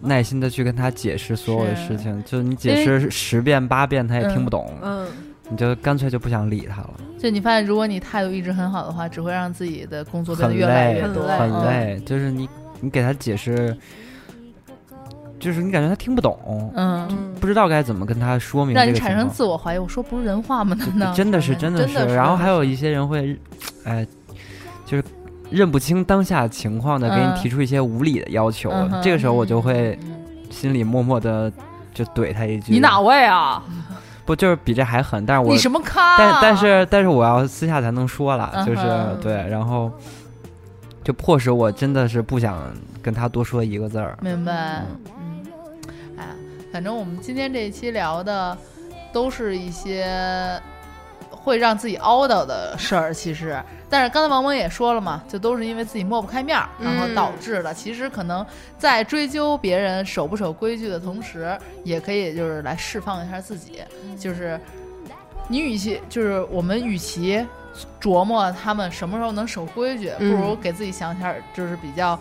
F: 耐心的去跟他解释所有的
A: 是
F: 事情，就你解释十遍八遍他也听不懂，
E: 嗯，
F: 你就干脆就不想理他了，
A: 就你发现，如果你态度一直很好的话，只会让自己的工作变得
F: 很
A: 越来
F: 累，
A: 越
E: 很
A: 多，
F: 很
A: 嗯。
F: 累。就是你你给他解释，就是你感觉他听不懂，
A: 嗯，
F: 不知道该怎么跟他说明
A: 让
F: 这
A: 你
F: 个情
A: 产生
F: 况。
A: 自我怀疑。我说不是人话吗？难道嗯
F: 真的是，
A: 真
F: 的
A: 是？
F: 然后还有一些人会，哎，就是认不清当下情况的，给
A: 嗯
F: 你提出一些无理的要求
A: 嗯。哼
F: 这个时候我就会
A: 嗯
F: 心里默默的就怼他一句：“
B: 你哪位啊？
F: 不就是比这还狠？”但是我
A: 你什么咖？
F: 但但是但是我要私下才能说了，就是
A: 啊嗯哼
F: 对，然后就迫使我真的是不想跟他多说一个字儿。
A: 明白？嗯，哎呀，反正我们今天这一期聊的都是一些会让自己懊恼的事儿，其实。但是刚才王蒙也说了嘛，就都是因为自己抹不开面儿，然后
B: 嗯
A: 导致的。其实可能在追究别人守不守规矩的同时，也可以就是来释放一下自己，
B: 嗯
A: 就是你与其就是我们与其琢磨他们什么时候能守规矩，不
B: 嗯
A: 如给自己想一下就是比较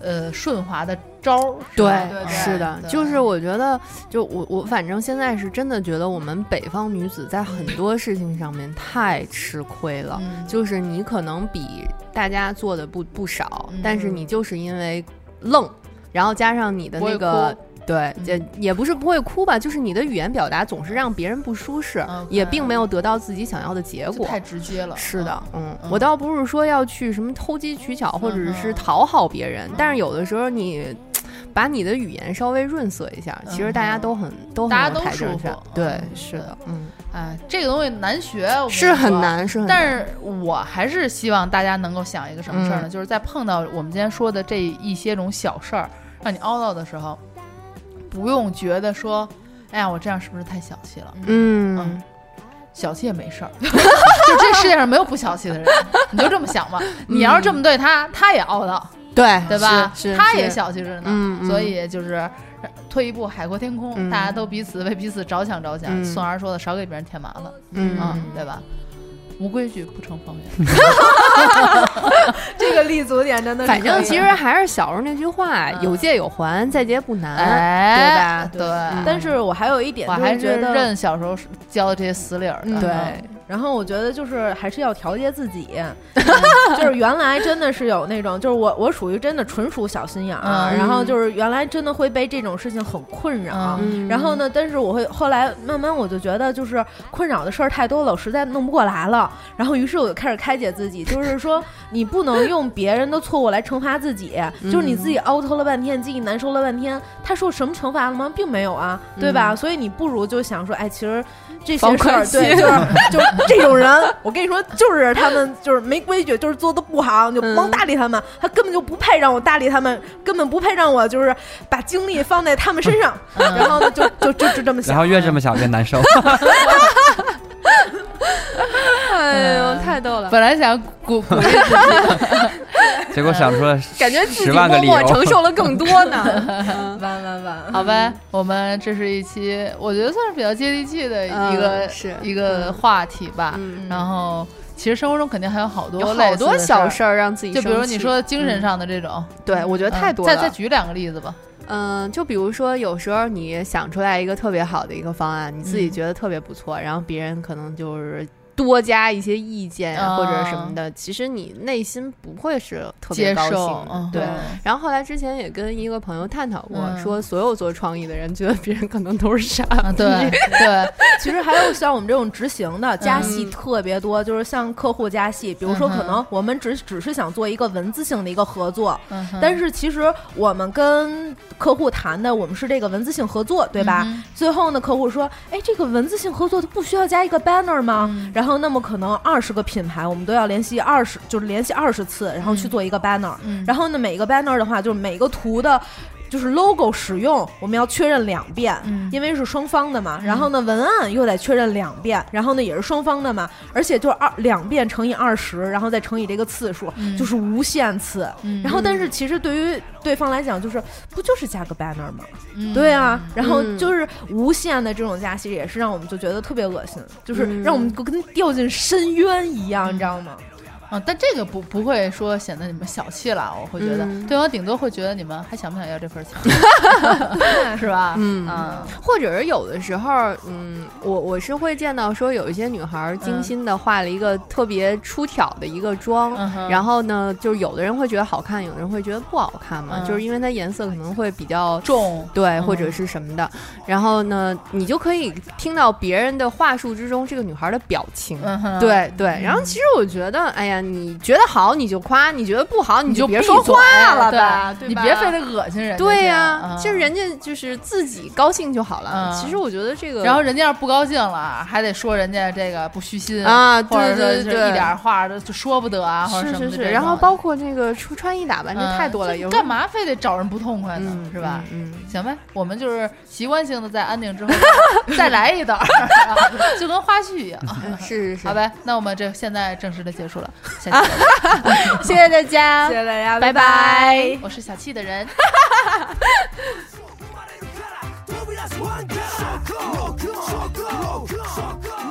A: 呃顺滑的招儿。是
B: 对
A: 吧
E: 对
B: 是的，
A: 对
B: 就是我觉得，就我我反正现在是真的觉得我们北方女子在很多事情上面太吃亏了。
A: 嗯
B: 就是你可能比大家做的不不少，
A: 嗯
B: 但是你就是因为愣，然后加上你的
A: 不会嗯
B: 那个对，也也不是不会哭吧，就是你的语言表达总是让别人不舒适
A: OK
B: 也并没有得到自己想要的结
A: 就
B: 果。
A: 太直接了。
B: 是的，嗯，
A: 嗯
B: 我倒不是说要去什么投机取巧，或者是
A: 嗯
B: 讨好别人，但是有的时候你把你的语言稍微润色一下，其实大家都很都
A: 嗯
B: 很
A: 大家
B: 有
A: 都
B: 台阶
A: 舒服
B: 下
A: 嗯
B: 对，是的，嗯，
A: 嗯，哎，这个东西难学，我跟你
B: 是很
A: 说。
B: 难，是很
A: 但
B: 难
A: 是我还是希望大家能够想一个什么事
B: 嗯
A: 儿呢？就是在碰到我们今天说的这一些种小事儿，让你凹到的时候，不用觉得说，哎呀，我这样是不是太小气了？
B: 嗯，
A: 小气也没事儿， 就这世界上没有不小气的人，你就这么想吧。你要是这么对他，他也凹到，
B: 对，
A: 对吧？
B: 是，是
A: 他也，
B: 是
A: 小气着呢。
B: 嗯，嗯
A: 所。以就是退一步海阔天空，
B: 嗯
A: 大家都彼此为彼此着想着想。
B: 嗯
A: 宋儿说的，少给别人添麻烦，
B: 嗯
A: 对吧？无规矩不成方圆。
E: 这个立足点真的是
B: 反正
E: 可以
B: 其实还是小时候那句话，
A: 嗯
B: 有借有还，再借不难。
A: 哎，
B: 对
A: 对
B: 嗯
E: 但是我还有一点
A: 我
E: 就
A: 还是
E: 觉得，
A: 认小时候教的这些死理儿的。
E: 嗯
B: 对，
E: 然后我觉得就是还是要调节自己，嗯就是原来真的是有那种，就是我我属于真的纯属小心眼儿，啊
A: 嗯
E: 然后就是原来真的会被这种事情很困扰。
A: 嗯
E: 然后呢？但是我会后来慢慢我就觉得，就是困扰的事儿太多了，我实在弄不过来了。然后于是我就开始开解自己，就是说你不能用别人的错误来惩罚自己，就是你自己凹头了半天，自己难受了半天，他受什么惩罚了吗？并没有啊，对吧？所以你不如就想说，哎，其实这些
B: 放
E: 事儿，
B: 宽心
E: 对，就是就是这种人，我跟你说，就是他们就是没规矩，就是做的不好，你就甭搭理他们，他根本就不配让我搭理他们，根本不配让我就是把精力放在他们身上。
A: 嗯
E: 然后呢，就就就就这么
F: 然
E: 想。
F: 后越
A: 啊
F: 这么想越 难受。
B: 哎呦，
A: 嗯
B: 太逗了，
A: 本来想鼓鼓 励自己，
F: 结果想出了
B: 感觉自己
F: 十
B: 默
F: 万个理
B: 默承
F: 由。
B: 受了更多 呢。嗯
E: 完完完，
A: 好呗。我们这是一期我觉得算是比较接地气的一个
B: 嗯是
A: 一个话题吧。
B: 嗯
A: 然后其实生活中肯定还有好多
B: 有
A: 类
B: 好
A: 似
B: 多
A: 的
B: 小
A: 事
B: 事儿让自己
A: 儿，
B: 生
A: 就
B: 气，嗯
A: 比如你说精神上的这种，
B: 对，我觉得太
A: 嗯
B: 多
A: 再
B: 了。
A: 再举两个例子吧。
B: 嗯，就比如说，有时候你想出来一个特别好的一个方案，你自己
A: 嗯
B: 觉得特别不错，然后别人可能就是多加一些意见啊或者什么的，其实你内心不会是特
A: 哦
B: 别
A: 接
B: 高兴
A: 受
B: 的，，
A: 嗯
B: 对。
A: 嗯
B: 然后后来之前也跟一个朋友探讨过，
A: 嗯
B: 说所有做创意的人觉得别人可能都是傻
A: 啊， 对对，
E: 其实还有像我们这种执行的加戏特别多，就是向客户加戏，比如说
A: 嗯哼
E: 可能我们只只是想做一个文字性的一个合作，
A: 嗯哼
E: 但是其实我们跟客户谈的，我们是这个文字性合作，对吧？
A: 嗯
E: 最后呢，客户说：“哎，这个文字性合作它不需要加一个 banner
A: 嗯
E: 吗？”然后，那么可能二十个品牌，我们都要联系二十，就是联系二十次，然后去做一个 banner。
A: 嗯
E: 然后呢，每一个 banner 的话，就是每个图的。就是 logo 使用，我们要确认两遍，
A: 嗯
E: 因为是双方的嘛。然后呢，文案又得确认两遍，然后呢也是双方的嘛。而且就是二两遍乘以二十，然后再乘以这个次数，
A: 嗯
E: 就是无限次。
A: 嗯
E: 然后，但是其实对于对方来讲，就是不就是加个 banner 吗？
A: 嗯
E: 对啊，然后
B: 嗯
E: 就是无限的这种加息，也是让我们就觉得特别恶心，
A: 嗯
E: 就是让我们跟掉进深渊一样，你知道吗？
A: 啊，但这个不不会说显得你们小气了，我会觉得
B: 嗯
A: 对方顶多会觉得你们还想不想要这份钱， 是吧？
B: 嗯
A: 啊，
B: 或者是有的时候，嗯，我我是会见到说有一些女孩儿
A: 嗯
B: 精心的化了一个特别出挑的一个妆，
A: 嗯哼
B: 然后呢，就是有的人会觉得好看，有的人会觉得不好看嘛，
A: 嗯
B: 就是因为它颜色可能会比较。
A: 重
B: 对，
A: 嗯
B: 或者是什么的，然后呢，你就可以听到别人的话术之中这个女孩儿的表情，
A: 嗯哼
B: 对对。然后其实我觉得，哎呀，你觉得好你就夸，你觉得不好你
A: 你就
B: 别
A: 闭
B: 说
A: 嘴
B: 话了吧，
A: 对
B: 对啊
A: 你
B: 吧
A: 别非得恶心人家这样。
B: 对呀、
A: 嗯
B: 就是。人家就是自己高兴就好了。
A: 嗯
B: 其实我觉得这个，
A: 然后人家要是不高兴了，还得说人家这个不虚心
B: 啊
A: 或者
B: 对
A: 说
B: 对
A: 是
B: 对
A: 一点话都就说不得啊，或者
B: 是
A: 什么
B: 是
A: 的
B: 是，
A: 这
B: 然后
A: 种
B: 包括这个穿穿衣打啊扮，这
A: 嗯
B: 太多了，
A: 就
B: 有
A: 干嘛非得找人不痛快呢
B: 嗯？
A: 是吧？
B: 嗯，
A: 行呗，我们就是习惯性的在安定之后再 来一道， 就跟花絮一样。啊
B: 嗯是是啊是，
A: 好，呗，那我们这现在正式的结束了，下期再见
B: 谢谢大家，
E: 谢大家，
B: 拜
E: 拜
A: 我是小气的人。
D: Baby, that's one girl. So good, so good, so good, so good.